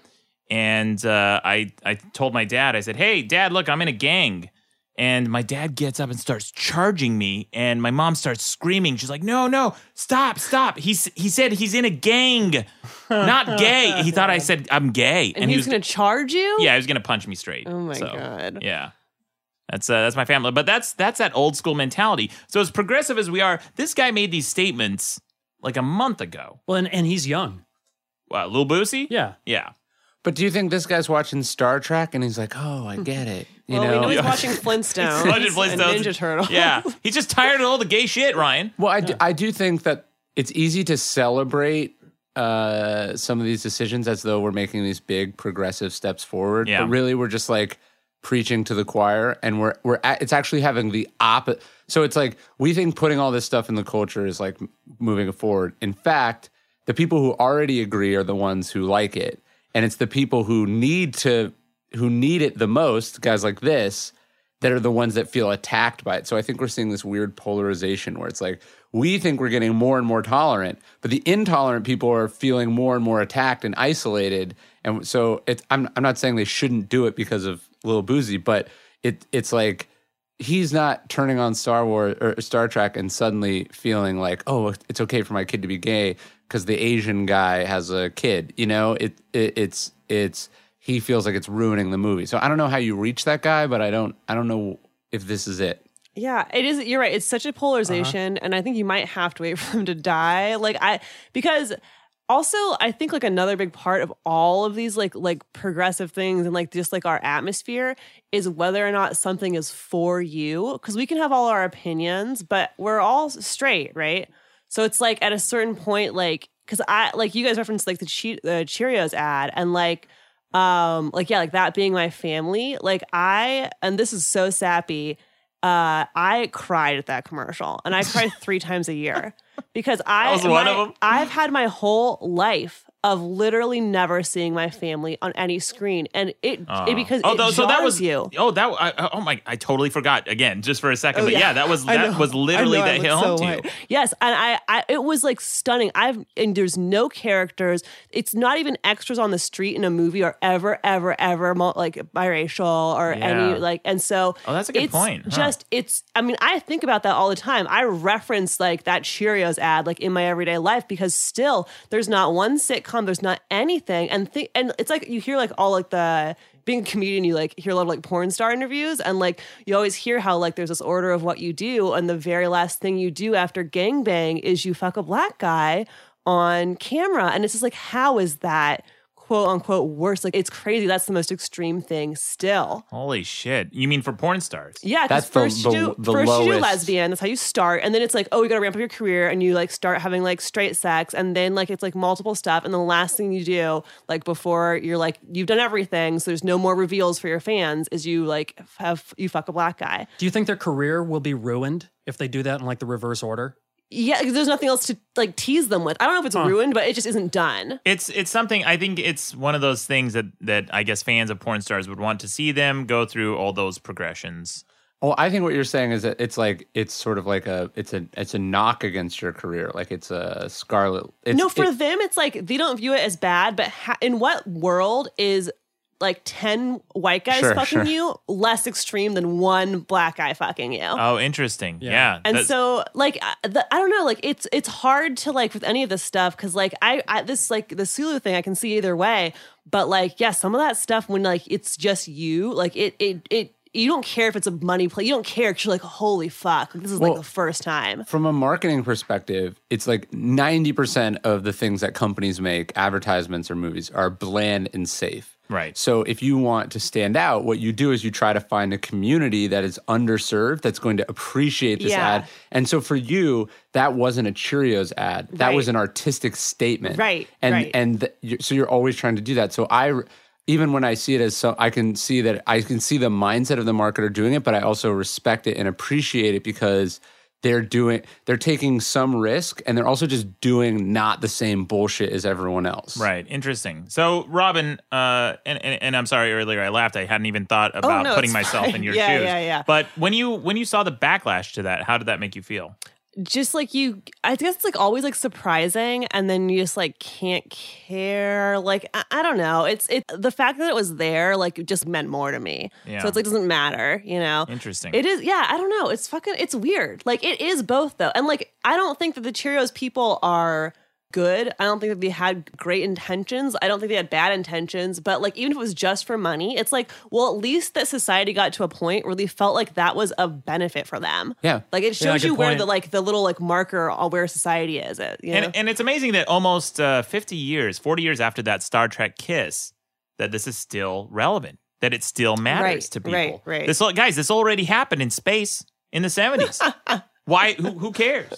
[SPEAKER 1] and uh, I I told my dad I said, "Hey, dad, look, I'm in a gang." And my dad gets up and starts charging me, and my mom starts screaming. She's like, "No, no, stop, stop!" He s- he said he's in a gang, not gay. He thought I said I'm gay,
[SPEAKER 3] And, he's going to charge you?
[SPEAKER 1] yeah, he was gonna punch me straight.
[SPEAKER 3] Oh my
[SPEAKER 1] So,
[SPEAKER 3] God.
[SPEAKER 1] Yeah. That's uh, that's my family, but that's that's that old school mentality. So as progressive as we are, this guy made these statements like a month ago.
[SPEAKER 2] Well, and, and he's young.
[SPEAKER 1] Uh, Lil Boosie,
[SPEAKER 2] Yeah.
[SPEAKER 1] yeah,
[SPEAKER 4] But do you think this guy's watching Star Trek and he's like, oh, I get it? You
[SPEAKER 3] well,
[SPEAKER 4] know.
[SPEAKER 3] we know he's watching Flintstones,
[SPEAKER 1] Watching
[SPEAKER 3] and
[SPEAKER 1] Flintstones.
[SPEAKER 3] Ninja Turtles.
[SPEAKER 1] yeah. He's just tired of all the gay shit, Ryan.
[SPEAKER 4] well, I do, I do think that it's easy to celebrate uh, some of these decisions as though we're making these big progressive steps forward.
[SPEAKER 1] Yeah.
[SPEAKER 4] But really, we're just like preaching to the choir, and we're we're a it's actually having the opposite. So it's like we think putting all this stuff in the culture is like m- moving it forward. In fact, the people who already agree are the ones who like it, and it's the people who need to who need it the most, guys like this, that are the ones that feel attacked by it. So I think we're seeing this weird polarization where it's like we think we're getting more and more tolerant, but the intolerant people are feeling more and more attacked and isolated. And so it's, I'm I'm not saying they shouldn't do it because of Lil Boozy, but it it's like he's not turning on Star Wars or Star Trek and suddenly feeling like oh it's okay for my kid to be gay because the Asian guy has a kid. You know it, it it's it's he feels like it's ruining the movie. So I don't know how you reach that guy, but I don't I don't know if this is it.
[SPEAKER 3] Yeah, it is. You're right. It's such a polarization, and I think you might have to wait for them to die. Like I, because also I think like another big part of all of these like like progressive things and like just like our atmosphere is whether or not something is for you. Because we can have all our opinions, but we're all straight, right? So it's like at a certain point, like because I like you guys referenced like the, che- the Cheerios ad, and like um like yeah, like that being my family. Like I and this is so sappy. Uh, I cried at that commercial, and I cried three times a year because I
[SPEAKER 1] was one
[SPEAKER 3] my-
[SPEAKER 1] of 'em.
[SPEAKER 3] I've had my whole life of literally never seeing my family on any screen, and it, it because
[SPEAKER 1] Oh,
[SPEAKER 3] it
[SPEAKER 1] tho-
[SPEAKER 3] jars
[SPEAKER 1] so that was
[SPEAKER 3] you.
[SPEAKER 1] Oh, that I, oh my! I totally forgot again, just for a second.
[SPEAKER 3] Oh,
[SPEAKER 1] but yeah.
[SPEAKER 3] yeah.
[SPEAKER 1] that was
[SPEAKER 3] I
[SPEAKER 1] that
[SPEAKER 3] know.
[SPEAKER 1] was literally
[SPEAKER 3] I know, I
[SPEAKER 1] that hit
[SPEAKER 3] look
[SPEAKER 1] home to
[SPEAKER 3] so white.
[SPEAKER 1] you.
[SPEAKER 3] Yes, and I, I, it was like stunning. I've and there's no characters. It's not even extras on the street in a movie or ever, ever, ever mul- like biracial or
[SPEAKER 1] Yeah.
[SPEAKER 3] any like. And so,
[SPEAKER 1] Oh, that's a good
[SPEAKER 3] it's
[SPEAKER 1] point, huh?
[SPEAKER 3] Just it's. I mean, I think about that all the time. I reference like that Cheerios ad like in my everyday life because still there's not one sitcom. There's not anything, and thi- and it's like you hear like all like the being a comedian, you like hear a lot of like porn star interviews, and like you always hear how like there's this order of what you do, and the very last thing you do after gangbang is you fuck a black guy on camera, and it's just like how is that quote unquote worse? Like it's crazy. That's the most extreme thing still.
[SPEAKER 1] Holy shit! You mean for porn stars?
[SPEAKER 3] Yeah, because
[SPEAKER 4] That's the-
[SPEAKER 3] first you do
[SPEAKER 4] the- the
[SPEAKER 3] first you do
[SPEAKER 4] lowest.
[SPEAKER 3] lesbian, that's how you start, and then it's like, oh, you gotta ramp up your career, and you like start having like straight sex, and then like it's like multiple stuff, and the last thing you do, like before you're like you've done everything, so there's no more reveals for your fans, is you like have you fuck a black guy.
[SPEAKER 2] Do you think their career will be ruined if they do that in like the reverse order?
[SPEAKER 3] Yeah, 'cause there's nothing else to like tease them with. I don't know if it's ruined, but it just isn't done.
[SPEAKER 1] It's it's something I think it's one of those things that that I guess fans of porn stars would want to see them go through all those progressions.
[SPEAKER 4] Well, I think what you're saying is that it's like it's sort of like a it's a it's a knock against your career, like it's a scarlet. It's,
[SPEAKER 3] no, for
[SPEAKER 4] it-
[SPEAKER 3] them, it's like they don't view it as bad, but ha- in what world is like 10 white guys
[SPEAKER 4] Sure,
[SPEAKER 3] fucking
[SPEAKER 4] sure.
[SPEAKER 3] you less extreme than one black guy fucking you?
[SPEAKER 1] Oh, interesting. Yeah,
[SPEAKER 3] and
[SPEAKER 1] that-
[SPEAKER 3] so like I- the, i don't know like it's it's hard to like with any of this stuff because like I, I this like the sulu thing i can see either way but like yeah some of that stuff when like it's just you like it it it you don't care if it's a money play you don't care because you're like holy fuck this is like
[SPEAKER 4] Well-
[SPEAKER 3] the first time
[SPEAKER 4] from a marketing perspective, it's like 90% of the things that companies make, advertisements or movies, are bland and safe.
[SPEAKER 1] Right.
[SPEAKER 4] So if you want to stand out, what you do is you try to find a community that is underserved that's going to appreciate this
[SPEAKER 3] Yeah.
[SPEAKER 4] ad. And so for you, that wasn't a Cheerios ad. That was
[SPEAKER 3] Right.
[SPEAKER 4] an artistic statement.
[SPEAKER 3] Right,
[SPEAKER 4] And
[SPEAKER 3] right.
[SPEAKER 4] and th- you so you're always trying to do that. So I even when I see it as so I can see that I can see the mindset of the marketer doing it, but I also respect it and appreciate it because they're doing they're taking some risk and they're also just doing not the same bullshit as everyone else.
[SPEAKER 1] Right, interesting. So, Robin, uh, and, and and I'm sorry earlier I laughed. I hadn't even thought about
[SPEAKER 3] Oh, no,
[SPEAKER 1] putting
[SPEAKER 3] it's
[SPEAKER 1] myself
[SPEAKER 3] fine.
[SPEAKER 1] in your
[SPEAKER 3] Yeah,
[SPEAKER 1] shoes.
[SPEAKER 3] yeah, yeah.
[SPEAKER 1] But when you when you saw the backlash to that, how did that make you feel?
[SPEAKER 3] just like you i guess it's like always like surprising and then you just like can't care like i, I don't know it's it the fact that it was there like it just meant more to me
[SPEAKER 1] Yeah.
[SPEAKER 3] so it's like doesn't matter you know
[SPEAKER 1] Interesting.
[SPEAKER 3] it is yeah i don't know it's fucking it's weird like it is both though and like i don't think that the cheerios people are good i don't think that they had great intentions i don't think they had bad intentions but like even if it was just for money it's like well at least that society got to a point where they felt like that was a benefit for them
[SPEAKER 4] Yeah.
[SPEAKER 3] like it shows
[SPEAKER 2] good
[SPEAKER 3] you where
[SPEAKER 2] point.
[SPEAKER 3] the like the little like marker on where society is. It you know?
[SPEAKER 1] And and it's amazing that almost uh, 50 years, 40 years after that Star Trek kiss, that this is still relevant. That it still matters
[SPEAKER 3] Right,
[SPEAKER 1] to people.
[SPEAKER 3] right, right.
[SPEAKER 1] This al- guys, this already happened in space in the 70s. Why? Who, who cares?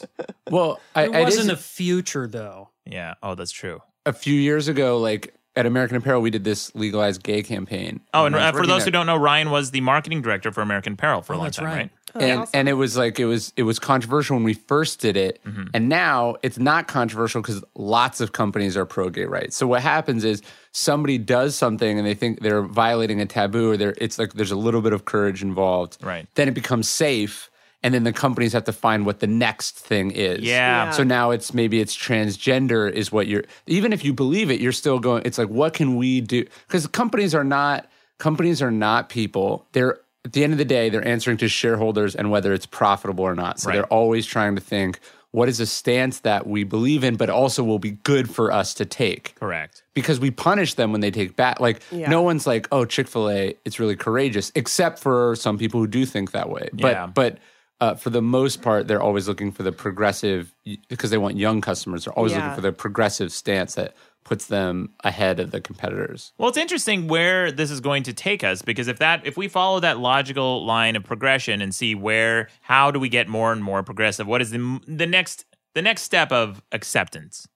[SPEAKER 4] Well, I,
[SPEAKER 2] It
[SPEAKER 4] it
[SPEAKER 2] was in
[SPEAKER 4] is
[SPEAKER 2] the future though.
[SPEAKER 1] Yeah. Oh, that's true.
[SPEAKER 4] a few years ago, like at American Apparel, we did this legalized gay campaign.
[SPEAKER 1] Oh, and
[SPEAKER 4] I
[SPEAKER 1] uh,
[SPEAKER 4] was
[SPEAKER 1] for
[SPEAKER 4] working
[SPEAKER 1] those
[SPEAKER 4] at-
[SPEAKER 1] who don't know, Ryan was the marketing director for American Apparel for a long
[SPEAKER 2] that's
[SPEAKER 1] time,
[SPEAKER 2] right.
[SPEAKER 1] right?
[SPEAKER 4] and and it was like it was it was controversial when we first did it, and now it's not controversial because lots of companies are pro gay rights. So what happens is somebody does something and they think they're violating a taboo, or they're, it's like there's a little bit of courage involved.
[SPEAKER 1] Right.
[SPEAKER 4] Then it becomes safe, and then the companies have to find what the next thing is.
[SPEAKER 1] Yeah.
[SPEAKER 4] So now it's maybe it's transgender is what you're even if you believe it, you're still going it's like what can we do? Because companies are not companies are not people. They're at the end of the day, they're answering to shareholders and whether it's profitable or not. So
[SPEAKER 1] Right.
[SPEAKER 4] they're always trying to think what is a stance that we believe in, but also will be good for us to take
[SPEAKER 1] Correct.
[SPEAKER 4] because we punish them when they take back. Like
[SPEAKER 3] Yeah.
[SPEAKER 4] no one's like, oh, Chick Fil A, it's really courageous, except for some people who do think that way.
[SPEAKER 1] Yeah.
[SPEAKER 4] But but uh, for the most part, they're always looking for the progressive because they want young customers. They're always
[SPEAKER 3] Yeah.
[SPEAKER 4] looking for the progressive stance that puts them ahead of the competitors.
[SPEAKER 1] Well, it's interesting where this is going to take us because if that if we follow that logical line of progression and see where how do we get more and more progressive, what is the the next the next step of acceptance?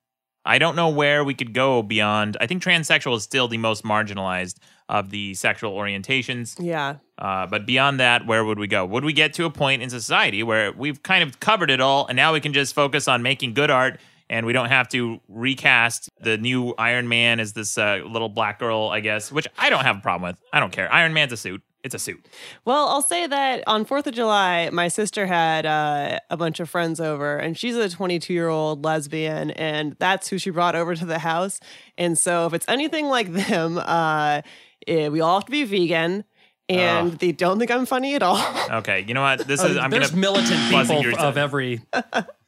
[SPEAKER 1] I don't know where we could go beyond. I think transsexual is still the most marginalized of the sexual orientations.
[SPEAKER 3] yeah,
[SPEAKER 1] Uh, but beyond that, where would we go? Would we get to a point in society where we've kind of covered it all and now we can just focus on making good art and we don't have to recast the new Iron Man as this uh, little black girl, I guess, which I don't have a problem with. I don't care. Iron Man's a suit. It's a suit.
[SPEAKER 3] Well, I'll say that on 4th of July, my sister had uh, a bunch of friends over, and she's a 22 year old lesbian, and that's who she brought over to the house. And so, if it's anything like them, uh, eh, we all have to be vegan, and they don't think I'm funny at all.
[SPEAKER 1] Okay, you know what? This is I'm
[SPEAKER 2] Oh, There's
[SPEAKER 1] gonna
[SPEAKER 2] militant
[SPEAKER 1] buzzing
[SPEAKER 2] people
[SPEAKER 1] your-
[SPEAKER 2] of every.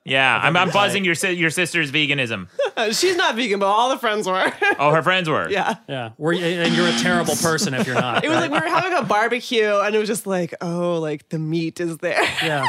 [SPEAKER 1] yeah. I'm, I'm
[SPEAKER 2] every
[SPEAKER 1] buzzing your si- your sister's veganism.
[SPEAKER 3] she's not vegan, but all the friends were.
[SPEAKER 1] Oh, her friends were.
[SPEAKER 3] yeah.
[SPEAKER 2] Yeah, where you- and you're a terrible person if you're not.
[SPEAKER 3] It was like we were having a barbecue, and it was just like, oh, like the meat is there.
[SPEAKER 2] yeah.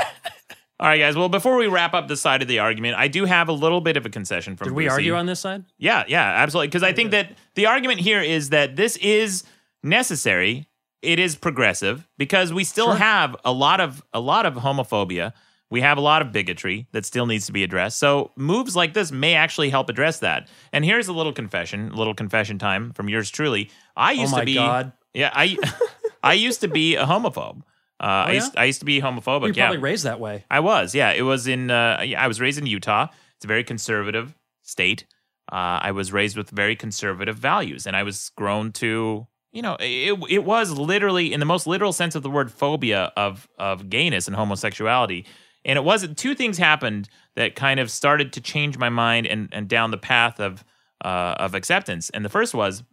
[SPEAKER 1] All right, guys. Well, before we wrap up the side of the argument, I do have a little bit of a concession from.
[SPEAKER 2] Did we
[SPEAKER 1] Lucy.
[SPEAKER 2] argue on this side?
[SPEAKER 1] Yeah, yeah, absolutely. Because I think that the argument here is that this is necessary. It is progressive because we still have a lot of a lot of homophobia. We have a lot of bigotry that still needs to be addressed. So moves like this may actually help address that. And here's a little confession, a little confession time from yours truly. I used
[SPEAKER 2] Oh my
[SPEAKER 1] to be
[SPEAKER 2] God.
[SPEAKER 1] Yeah, I I used to be a homophobe. Uh, I
[SPEAKER 2] Oh, yeah?
[SPEAKER 1] used I used to be homophobic.
[SPEAKER 2] We were
[SPEAKER 1] yeah.
[SPEAKER 2] probably raised that way.
[SPEAKER 1] I was, yeah. It was in. Uh, yeah, I was raised in Utah. It's a very conservative state. Uh, I was raised with very conservative values, and I was grown to, you know, it it was literally in the most literal sense of the word phobia of of gayness and homosexuality. And it was two things happened that kind of started to change my mind and and down the path of uh, of acceptance. And the first was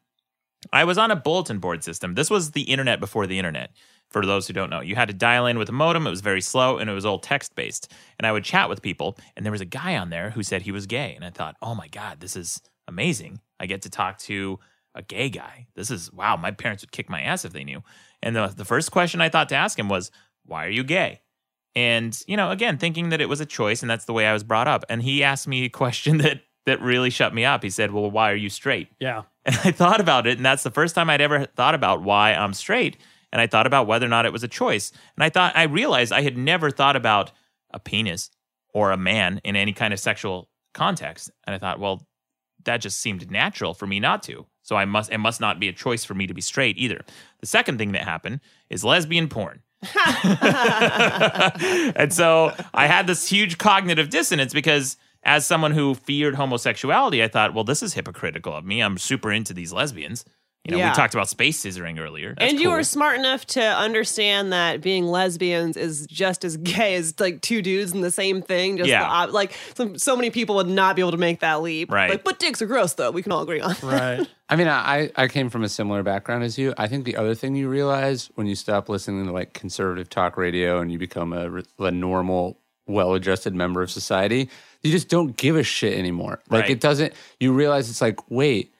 [SPEAKER 1] I was on a bulletin board system. This was the internet before the internet. For those who don't know, you had to dial in with a modem. It was very slow and it was all text based. And I would chat with people, and there was a guy on there who said he was gay. And I thought, oh my God, this is amazing. I get to talk to a gay guy. This is wow, my parents would kick my ass if they knew. And the, the first question I thought to ask him was, why are you gay? And, you know, again, thinking that it was a choice and that's the way I was brought up. And he asked me a question that, that really shut me up. He said, well, why are you straight?
[SPEAKER 2] Yeah.
[SPEAKER 1] And I thought about it, and that's the first time I'd ever thought about why I'm straight. And I thought about whether or not it was a choice. And I thought, I realized I had never thought about a penis or a man in any kind of sexual context. And I thought, well, that just seemed natural for me not to. So I must, it must not be a choice for me to be straight either. The second thing that happened is lesbian porn. and so I had this huge cognitive dissonance because, as someone who feared homosexuality, I thought, well, this is hypocritical of me. I'm super into these lesbians. You know,
[SPEAKER 3] Yeah.
[SPEAKER 1] we talked about space scissoring earlier. That's
[SPEAKER 3] and you
[SPEAKER 1] cool.
[SPEAKER 3] were smart enough to understand that being lesbians is just as gay as like two dudes in the same thing. Just
[SPEAKER 1] Yeah.
[SPEAKER 3] the op- like so, so many people would not be able to make that leap.
[SPEAKER 1] Right.
[SPEAKER 3] Like, but dicks are gross though. We can all agree on.
[SPEAKER 2] Right.
[SPEAKER 4] I mean, I, I came from a similar background as you. I think the other thing you realize when you stop listening to like conservative talk radio and you become a, re- a normal, well adjusted member of society, you just don't give a shit anymore. Like
[SPEAKER 1] Right.
[SPEAKER 4] it doesn't, you realize it's like, wait,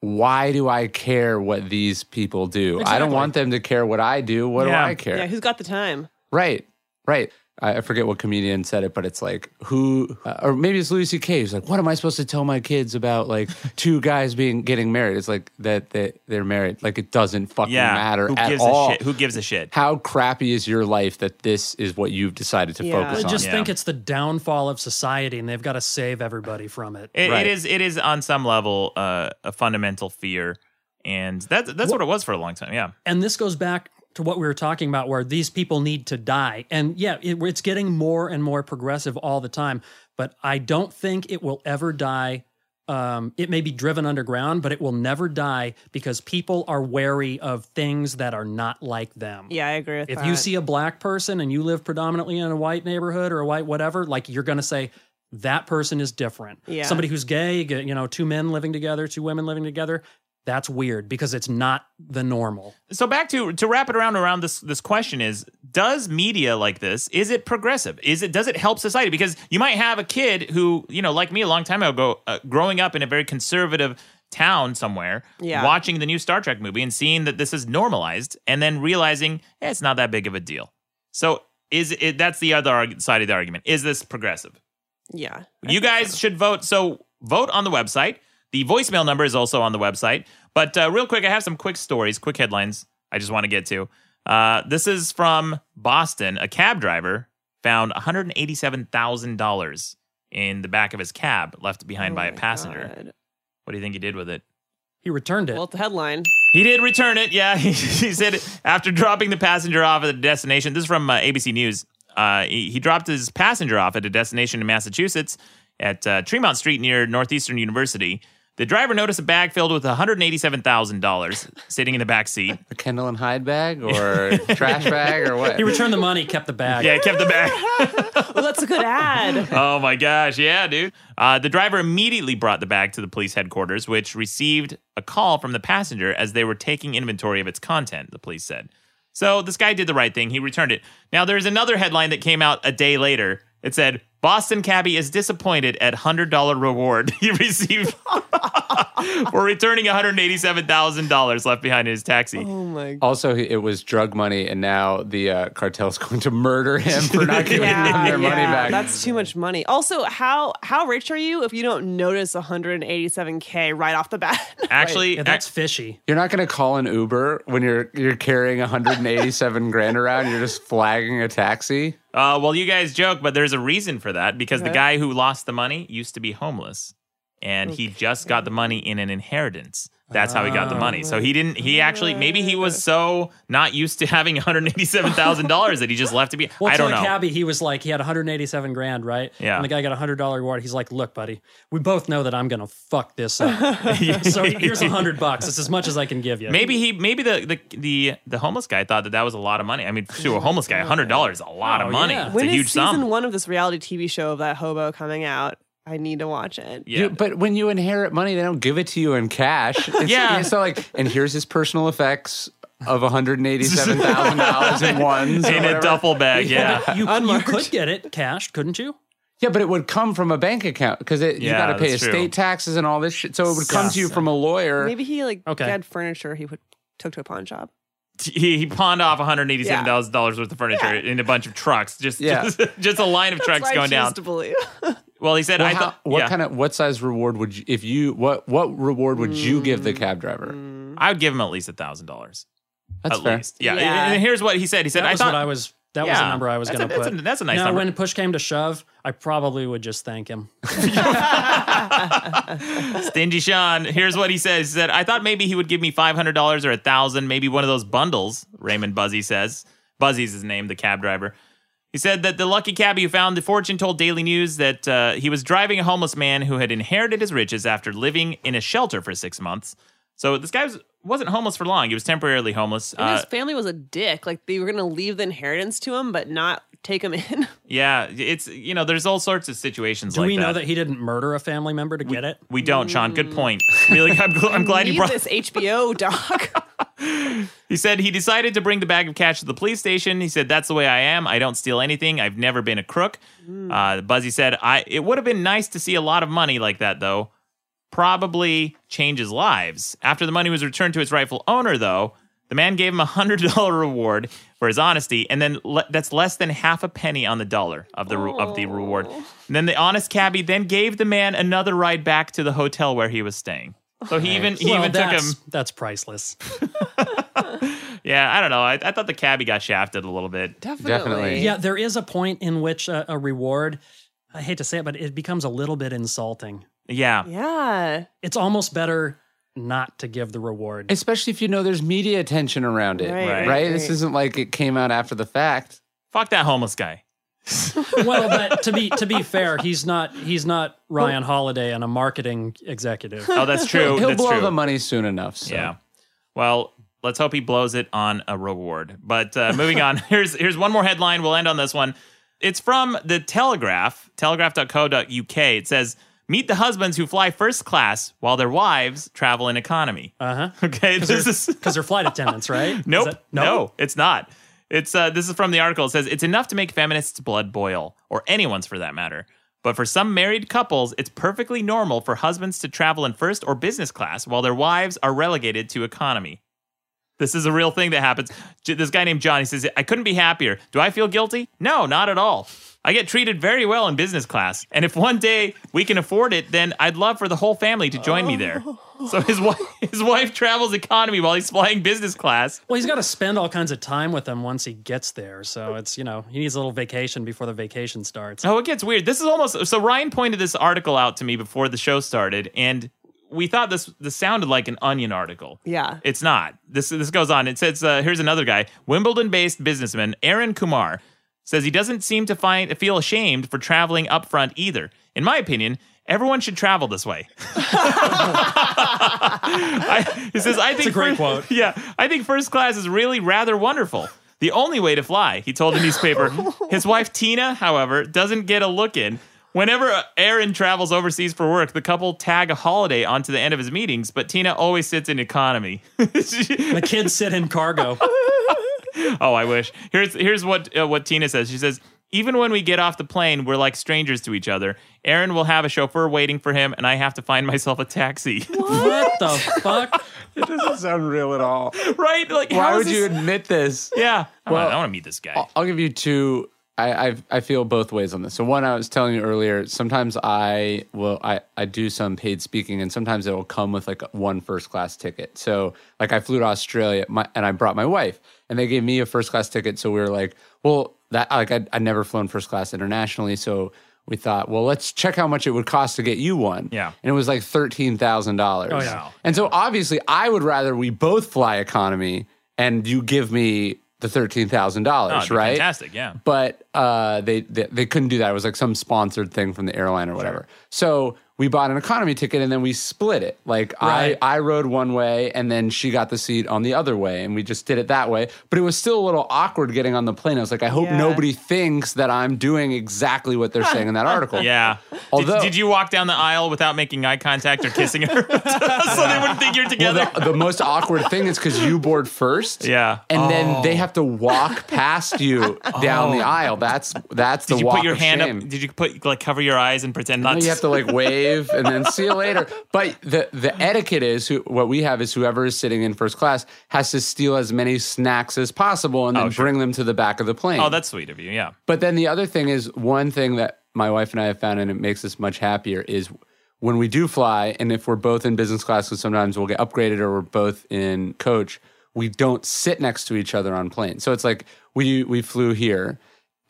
[SPEAKER 4] why do I care what these people do? I don't want them to care what I do. What
[SPEAKER 1] Yeah.
[SPEAKER 4] do I care?
[SPEAKER 3] Yeah, who's got the time?
[SPEAKER 4] Right, right. I I forget what comedian said it, but it's like who, uh, or maybe it's Louis C.K. who's like, "What am I supposed to tell my kids about like two guys being getting married?" It's like that they they're married. Like it doesn't fucking
[SPEAKER 1] yeah.
[SPEAKER 4] matter
[SPEAKER 1] Who
[SPEAKER 4] at
[SPEAKER 1] gives
[SPEAKER 4] all.
[SPEAKER 1] a shit? Who gives a shit?
[SPEAKER 4] How crappy is your life that this is what you've decided to
[SPEAKER 3] Yeah.
[SPEAKER 4] focus
[SPEAKER 2] I
[SPEAKER 4] on?
[SPEAKER 2] just
[SPEAKER 1] Yeah.
[SPEAKER 2] think it's the downfall of society, and they've got to save everybody from it.
[SPEAKER 1] It,
[SPEAKER 4] Right.
[SPEAKER 1] it is. It is on some level uh, a fundamental fear, and that's that's what it was for a long time. Yeah.
[SPEAKER 2] and this goes back to what we were talking about where these people need to die and yeah it, it's getting more and more progressive all the time but i don't think it will ever die um, it may be driven underground but it will never die because people are wary of things that are not like them
[SPEAKER 3] Yeah, I agree with
[SPEAKER 2] if
[SPEAKER 3] that.
[SPEAKER 2] you see a black person and you live predominantly in a white neighborhood or a white whatever like you're going to say that person is different
[SPEAKER 3] Yeah.
[SPEAKER 2] somebody who's gay g- you know two men living together two women living together that's weird because it's not the normal
[SPEAKER 1] so back to to wrap it around around this this question is does media like this is it progressive is it does it help society because you might have a kid who you know like me a long time ago uh, growing up in a very conservative town somewhere
[SPEAKER 3] Yeah.
[SPEAKER 1] watching the new Star Trek movie and seeing that this is normalized and then realizing eh, it's not that big of a deal so is it that's the other arg- side of the argument is this progressive
[SPEAKER 3] yeah,
[SPEAKER 1] you guys should vote. So vote on the website. The voicemail number is also on the website. But uh, real quick, I have some quick stories, quick headlines I just want to get to. Uh, this is from Boston. A cab driver found $187,000 in the back of his cab left behind by a passenger.
[SPEAKER 3] Oh God.
[SPEAKER 1] What do you think he did with it?
[SPEAKER 2] He returned it.
[SPEAKER 3] Well, it's the headline.
[SPEAKER 1] He did return it. Yeah, he, he said after dropping the passenger off at the destination. This is from uh, ABC News. Uh, he, he dropped his passenger off at a destination in Massachusetts, at uh, Tremont Street near Northeastern University. The driver noticed a bag filled with $187,000 sitting in the back seat.
[SPEAKER 4] A Kendall and Hyde bag or trash bag or what?
[SPEAKER 2] He returned the money, kept the bag.
[SPEAKER 1] Yeah, kept the bag.
[SPEAKER 3] Well, that's a good ad.
[SPEAKER 1] oh my gosh, yeah, dude. Uh, the driver immediately brought the bag to the police headquarters, which received a call from the passenger as they were taking inventory of its content, the police said. So this guy did the right thing. He returned it. Now, there's another headline that came out a day later. It said, Boston cabbie is disappointed at $100 reward he received for returning $187,000 left behind in his taxi.
[SPEAKER 3] Oh my god.
[SPEAKER 4] Also, he- it was drug money, and now the uh, cartel's going to murder him for not giving them
[SPEAKER 3] Yeah,
[SPEAKER 4] their money
[SPEAKER 3] yeah,
[SPEAKER 4] back.
[SPEAKER 3] that's too much money. Also, how how rich are you if you don't notice 187k right off the bat?
[SPEAKER 1] Actually,
[SPEAKER 2] Yeah, that's fishy.
[SPEAKER 4] You're not going to call an Uber when you're you're carrying 187 grand around. You're just flagging a taxi.
[SPEAKER 1] Uh, well, you guys joke, but there's a reason for that because the
[SPEAKER 3] Okay.
[SPEAKER 1] guy who lost the money used to be homeless, and he just got the money in an inheritance. That's how he got
[SPEAKER 3] Oh,
[SPEAKER 1] the money. So he didn't. He actually maybe he was so not used to having one hundred eighty-seven thousand dollars that he just left it be.
[SPEAKER 2] Well,
[SPEAKER 1] I
[SPEAKER 2] to
[SPEAKER 1] don't
[SPEAKER 2] the
[SPEAKER 1] know.
[SPEAKER 2] cabbie, he was like, he had 187 grand, right?
[SPEAKER 1] Yeah.
[SPEAKER 2] And the guy got a hundred dollar reward. He's like, look, buddy, we both know that I'm gonna fuck this up. so here's a hundred bucks. It's as much as I can give you.
[SPEAKER 1] Maybe he maybe the, the the the homeless guy thought that that was a lot of money. I mean, to a homeless guy, hundred dollars is a lot
[SPEAKER 2] Oh,
[SPEAKER 1] of money.
[SPEAKER 2] yeah.
[SPEAKER 1] It's
[SPEAKER 3] when
[SPEAKER 1] a
[SPEAKER 3] is
[SPEAKER 1] huge
[SPEAKER 3] season
[SPEAKER 1] sum.
[SPEAKER 3] one of this reality TV show of that hobo coming out? I need to watch it.
[SPEAKER 1] Yeah.
[SPEAKER 4] You- but when you inherit money, they don't give it to you in cash. It's,
[SPEAKER 1] Yeah.
[SPEAKER 4] It's not like, and here's his personal effects of $187,000 in ones. or
[SPEAKER 1] in a
[SPEAKER 4] whatever.
[SPEAKER 1] duffel bag, yeah.
[SPEAKER 2] you, you could get it cashed, couldn't you?
[SPEAKER 4] Yeah, but it would come from a bank account because you
[SPEAKER 1] Yeah,
[SPEAKER 4] got to pay
[SPEAKER 1] that's
[SPEAKER 4] estate
[SPEAKER 1] true.
[SPEAKER 4] taxes and all this shit. So it would come to you from a lawyer.
[SPEAKER 3] Maybe he like
[SPEAKER 2] Okay.
[SPEAKER 3] had furniture he would, took to a pawn shop.
[SPEAKER 1] he, he pawned off one hundred eighty-seven thousand dollars worth of furniture in a bunch of trucks. Just
[SPEAKER 4] Yeah.
[SPEAKER 1] just, just a line of trucks
[SPEAKER 3] That's what I
[SPEAKER 1] going down.
[SPEAKER 3] choose To believe.
[SPEAKER 1] Well, he said,
[SPEAKER 4] Well,
[SPEAKER 1] "I
[SPEAKER 4] how-
[SPEAKER 1] thought
[SPEAKER 4] what
[SPEAKER 1] yeah,
[SPEAKER 4] kind of what size reward would you if you what what reward would you give the cab driver?
[SPEAKER 1] I would give him at least a thousand dollars,
[SPEAKER 4] That's
[SPEAKER 1] Mm. at
[SPEAKER 4] fair.
[SPEAKER 1] least." Yeah.
[SPEAKER 3] Yeah.
[SPEAKER 1] And here's what he said. He said,
[SPEAKER 2] That
[SPEAKER 1] "I
[SPEAKER 2] was
[SPEAKER 1] thought
[SPEAKER 2] what I was. That was
[SPEAKER 1] yeah,
[SPEAKER 2] the number I was
[SPEAKER 1] that's
[SPEAKER 2] going to
[SPEAKER 1] a- that's
[SPEAKER 2] put.
[SPEAKER 1] a- that's a nice
[SPEAKER 2] now,
[SPEAKER 1] number.
[SPEAKER 2] when push came to shove, I probably would just thank him.
[SPEAKER 1] Stingy Sean." Here's what he says. He said, "I thought maybe he would give me five hundred dollars or a thousand, maybe one of those bundles." Raymond Buzzy says. Buzzy's his name, the cab driver. He said that the lucky cabbie who found the fortune told Daily News that uh, he was driving a homeless man who had inherited his riches after living in a shelter for six months. So this guy was, wasn't homeless for long. He was temporarily homeless.
[SPEAKER 3] And
[SPEAKER 1] Uh,
[SPEAKER 3] his family was a dick. Like they were gonna leave the inheritance to him, but not take him in.
[SPEAKER 1] yeah, it's you know, there's all sorts of situations
[SPEAKER 2] Do
[SPEAKER 1] like
[SPEAKER 2] we know that he didn't murder a family member to get it?
[SPEAKER 1] We don't, Sean. Good point. Really, I'm, gl- I'm glad you
[SPEAKER 3] Need
[SPEAKER 1] brought.
[SPEAKER 3] this HBO doc.
[SPEAKER 1] He said he decided to bring the bag of cash to the police station. He said that's the way I am. I don't steal anything. I've never been a crook.
[SPEAKER 2] Hmm.
[SPEAKER 1] Uh, Buzzy said I. It would have been nice to see a lot of money like that, though. Probably changes lives. After the money was returned to its rightful owner, though, the man gave him a hundred dollar reward for his honesty, and then le- that's less than half a penny on the dollar of the re- of the reward.
[SPEAKER 2] Oh.
[SPEAKER 1] And then the honest cabbie then gave the man another ride back to the hotel where he was staying. So he even he
[SPEAKER 2] well,
[SPEAKER 1] even took
[SPEAKER 2] that's,
[SPEAKER 1] him.
[SPEAKER 2] That's priceless.
[SPEAKER 1] Yeah, I don't know. I, I thought the cabbie got shafted a little bit.
[SPEAKER 3] Definitely.
[SPEAKER 4] Definitely.
[SPEAKER 2] yeah, there is a point in which a, a reward. I hate to say it, but it becomes a little bit insulting.
[SPEAKER 1] Yeah.
[SPEAKER 3] Yeah.
[SPEAKER 2] It's almost better not to give the reward.
[SPEAKER 4] Especially if you know there's media attention around it.
[SPEAKER 3] Right,
[SPEAKER 1] right,
[SPEAKER 4] right? This isn't like it came out after the fact.
[SPEAKER 1] Fuck that homeless guy.
[SPEAKER 2] well, but to be to be fair, he's not he's not Ryan Holiday and a marketing executive.
[SPEAKER 1] Oh, that's true.
[SPEAKER 4] He'll
[SPEAKER 1] that's
[SPEAKER 4] blow
[SPEAKER 1] true.
[SPEAKER 4] the money soon enough. So.
[SPEAKER 1] Yeah. Well, let's hope he blows it on a reward. But uh, moving on, here's here's one more headline. We'll end on this one. It's from the Telegraph, telegraph.co.uk. It says, "Meet the husbands who fly first class while their wives travel in economy."
[SPEAKER 4] Uh-huh.
[SPEAKER 2] Uh huh.
[SPEAKER 1] Okay, this is
[SPEAKER 2] Because they're flight attendants, right? Is
[SPEAKER 1] Nope.
[SPEAKER 2] that-
[SPEAKER 1] no? it's not. It's uh, this is from the article. It says it's enough to make feminists' blood boil, or anyone's for that matter. But for some married couples, it's perfectly normal for husbands to travel in first or business class while their wives are relegated to economy. This is a real thing that happens. J- This guy named John, he says, I couldn't be happier. Do I feel guilty? No, not at all. I get treated very well in business class. And if one day we can afford it, then I'd love for the whole family to join me there. So his, wife, his wife travels economy while he's flying business class.
[SPEAKER 2] Well, he's got to spend all kinds of time with them once he gets there. So it's, you know, he needs a little vacation before the vacation starts.
[SPEAKER 1] Oh, it gets weird. This is almost so. Ryan pointed this article out to me before the show started, and we thought this this sounded like an Onion article.
[SPEAKER 3] Yeah.
[SPEAKER 1] It's not. This this goes on. It says uh, here's another guy, Wimbledon-based businessman Aaron Kumar says he doesn't seem to find feel ashamed for traveling up front either. In my opinion, everyone should travel this way. I, he says, "I think
[SPEAKER 2] a great
[SPEAKER 1] fir-
[SPEAKER 2] quote.
[SPEAKER 1] Yeah, I think first class is really rather wonderful." The only way to fly, he told the newspaper. His wife Tina, however, doesn't get a look in. Whenever Aaron travels overseas for work, the couple tag a holiday onto the end of his meetings, but Tina always sits in economy.
[SPEAKER 2] The kids sit in cargo.
[SPEAKER 1] Oh, I wish. Here's here's what uh, what Tina says. She says, "Even when we get off the plane, we're like strangers to each other. Aaron will have a chauffeur waiting for him, and I have to find myself a taxi."
[SPEAKER 2] what the fuck?
[SPEAKER 4] It doesn't sound real at all.
[SPEAKER 1] right? Like,
[SPEAKER 4] Why
[SPEAKER 1] how
[SPEAKER 4] would
[SPEAKER 1] is
[SPEAKER 4] you
[SPEAKER 1] this-
[SPEAKER 4] admit this?
[SPEAKER 1] Yeah.
[SPEAKER 4] Well-
[SPEAKER 1] I want to meet this guy.
[SPEAKER 4] I'll, I'll give you two. I, I I feel both ways on this. So one, I was telling you earlier. Sometimes I will I, I do some paid speaking, and sometimes it will come with like one first class ticket. So like I flew to Australia, my, and I brought my wife, and they gave me a first class ticket. So we were like, well, that like I I never flown first class internationally, so we thought, well, let's check how much it would cost to get you one.
[SPEAKER 1] Yeah.
[SPEAKER 4] and it was like thirteen thousand dollars.
[SPEAKER 2] Oh, yeah.
[SPEAKER 4] And so obviously, I would rather we both fly economy and you give me the thirteen thousand
[SPEAKER 1] Oh, it'd
[SPEAKER 4] dollars,
[SPEAKER 1] be
[SPEAKER 4] right?
[SPEAKER 1] Fantastic. Yeah.
[SPEAKER 4] But uh, they, they they couldn't do that. It was like some sponsored thing from the airline or whatever. So we bought an economy ticket and then we split it. Like
[SPEAKER 2] Right.
[SPEAKER 4] I I rode one way and then she got the seat on the other way, and we just did it that way. But it was still a little awkward getting on the plane. I was like, I hope
[SPEAKER 3] Yeah.
[SPEAKER 4] nobody thinks that I'm doing exactly what they're saying in that article.
[SPEAKER 1] Yeah. Did-
[SPEAKER 4] Although-
[SPEAKER 1] did, you walk down the aisle without making eye contact or kissing her, so they wouldn't think you're
[SPEAKER 4] Well,
[SPEAKER 1] together?
[SPEAKER 4] the, the most awkward thing is because you board first.
[SPEAKER 1] Yeah.
[SPEAKER 4] And then they have to walk past you down the aisle. That's that's
[SPEAKER 1] Oh. did
[SPEAKER 4] the
[SPEAKER 1] you
[SPEAKER 4] walk
[SPEAKER 1] put your
[SPEAKER 4] of
[SPEAKER 1] hand
[SPEAKER 4] shame.
[SPEAKER 1] up? Did you put like cover your eyes and pretend not?
[SPEAKER 4] No, you have to like wave and then see you later. But the the etiquette is who, what we have is whoever is sitting in first class has to steal as many snacks as possible and then
[SPEAKER 1] Oh, sure.
[SPEAKER 4] bring them to the back of the plane.
[SPEAKER 1] Oh, that's sweet of you. Yeah.
[SPEAKER 4] But then the other thing is one thing that my wife and I have found, and it makes us much happier, is when we do fly, and if we're both in business class, because sometimes we'll get upgraded or we're both in coach, we don't sit next to each other on planes. So it's like we we flew here,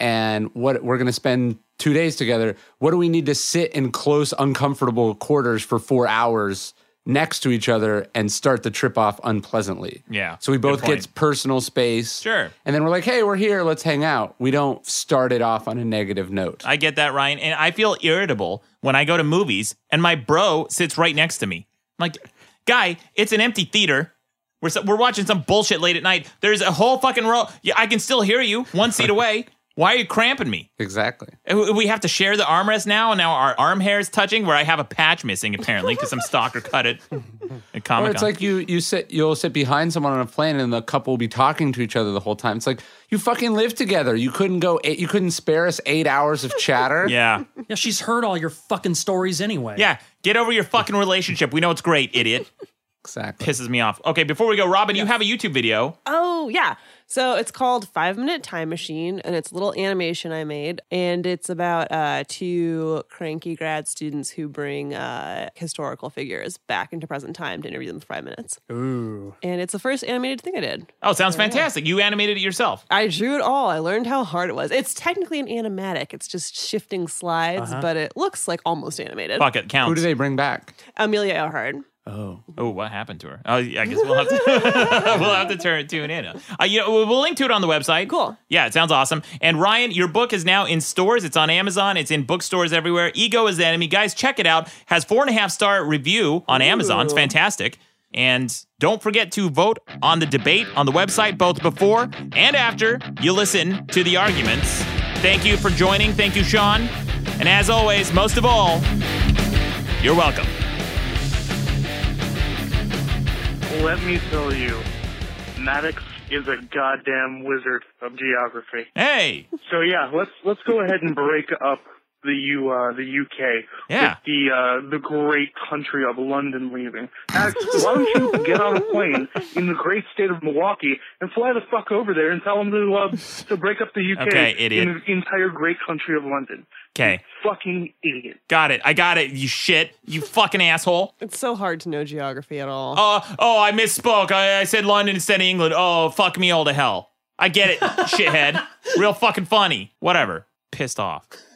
[SPEAKER 4] and what we're going to spend two days together. What do we need to sit in close, uncomfortable quarters for four hours? Next to each other and start the trip off unpleasantly.
[SPEAKER 1] Yeah,
[SPEAKER 4] So we
[SPEAKER 1] good
[SPEAKER 4] both
[SPEAKER 1] point.
[SPEAKER 4] get personal space.
[SPEAKER 1] Sure.
[SPEAKER 4] And then we're like, hey, we're here. Let's hang out. We don't start it off on a negative note.
[SPEAKER 1] I get that, Ryan. And I feel irritable when I go to movies and my bro sits right next to me. I'm like, guy, it's an empty theater. We're, so, we're watching some bullshit late at night. There's a whole fucking row. Yeah, I can still hear you one seat away. Why are you cramping me?
[SPEAKER 4] exactly.
[SPEAKER 1] And we- We have to share the armrest now, and now our arm hair is touching where I have a patch missing, apparently, because some stalker cut it at
[SPEAKER 4] Or
[SPEAKER 1] Comic
[SPEAKER 4] it's
[SPEAKER 1] Con.
[SPEAKER 4] like you you sit you'll sit behind someone on a plane and the couple will be talking to each other the whole time. It's like you fucking live together. You couldn't go eight, you couldn't spare us eight hours of chatter.
[SPEAKER 1] yeah.
[SPEAKER 2] Yeah, she's heard all your fucking stories anyway.
[SPEAKER 1] Yeah. Get over your fucking relationship. We know it's great, idiot.
[SPEAKER 4] Exactly.
[SPEAKER 1] Pisses me off. Okay, before we go, Robin, you have a YouTube video.
[SPEAKER 3] Oh, yeah. So it's called Five Minute Time Machine, and it's a little animation I made. And it's about uh, two cranky grad students who bring uh, historical figures back into present time to interview them for five minutes.
[SPEAKER 2] Ooh.
[SPEAKER 3] And it's the first animated thing I did.
[SPEAKER 1] Oh, sounds fantastic. You animated it yourself.
[SPEAKER 3] I drew it all. I learned how hard it was. It's technically an animatic, it's just shifting slides, but it looks like almost animated.
[SPEAKER 1] Fuck it, counts.
[SPEAKER 4] Who do they bring back?
[SPEAKER 3] Amelia Earhart.
[SPEAKER 4] Oh.
[SPEAKER 1] oh, what happened to her? Oh, yeah, I guess we'll have to we'll have to turn tune in. Uh, you know, we'll we'll link to it on the website.
[SPEAKER 3] Cool.
[SPEAKER 1] Yeah, it sounds awesome. And Ryan, your book is now in stores. It's on Amazon. It's in bookstores everywhere. Ego is the enemy, guys. Check it out. Has four and a half star review on Amazon. It's fantastic. And don't forget to vote on the debate on the website, both before and after you listen to the arguments. Thank you for joining. Thank you, Sean. And as always, most of all, you're welcome.
[SPEAKER 7] Let me tell you, Maddox is a goddamn wizard of geography.
[SPEAKER 1] Hey.
[SPEAKER 7] So yeah, let's let's go ahead and break up the U uh, the UK
[SPEAKER 1] Yeah.
[SPEAKER 7] with the uh, the great country of London leaving. Alex, why don't you get on a plane in the great state of Milwaukee and fly the fuck over there and tell them to uh, to break up the UK
[SPEAKER 1] Okay, idiot.
[SPEAKER 7] in the entire great country of London.
[SPEAKER 1] Okay.
[SPEAKER 7] Fucking idiot.
[SPEAKER 1] Got it. I got it. You shit. You fucking asshole.
[SPEAKER 3] It's so hard to know geography at all.
[SPEAKER 1] Uh, oh, I misspoke. I, I said London instead of England. Oh, fuck me all to hell. I get it, shithead. Real fucking funny. Whatever. Pissed off.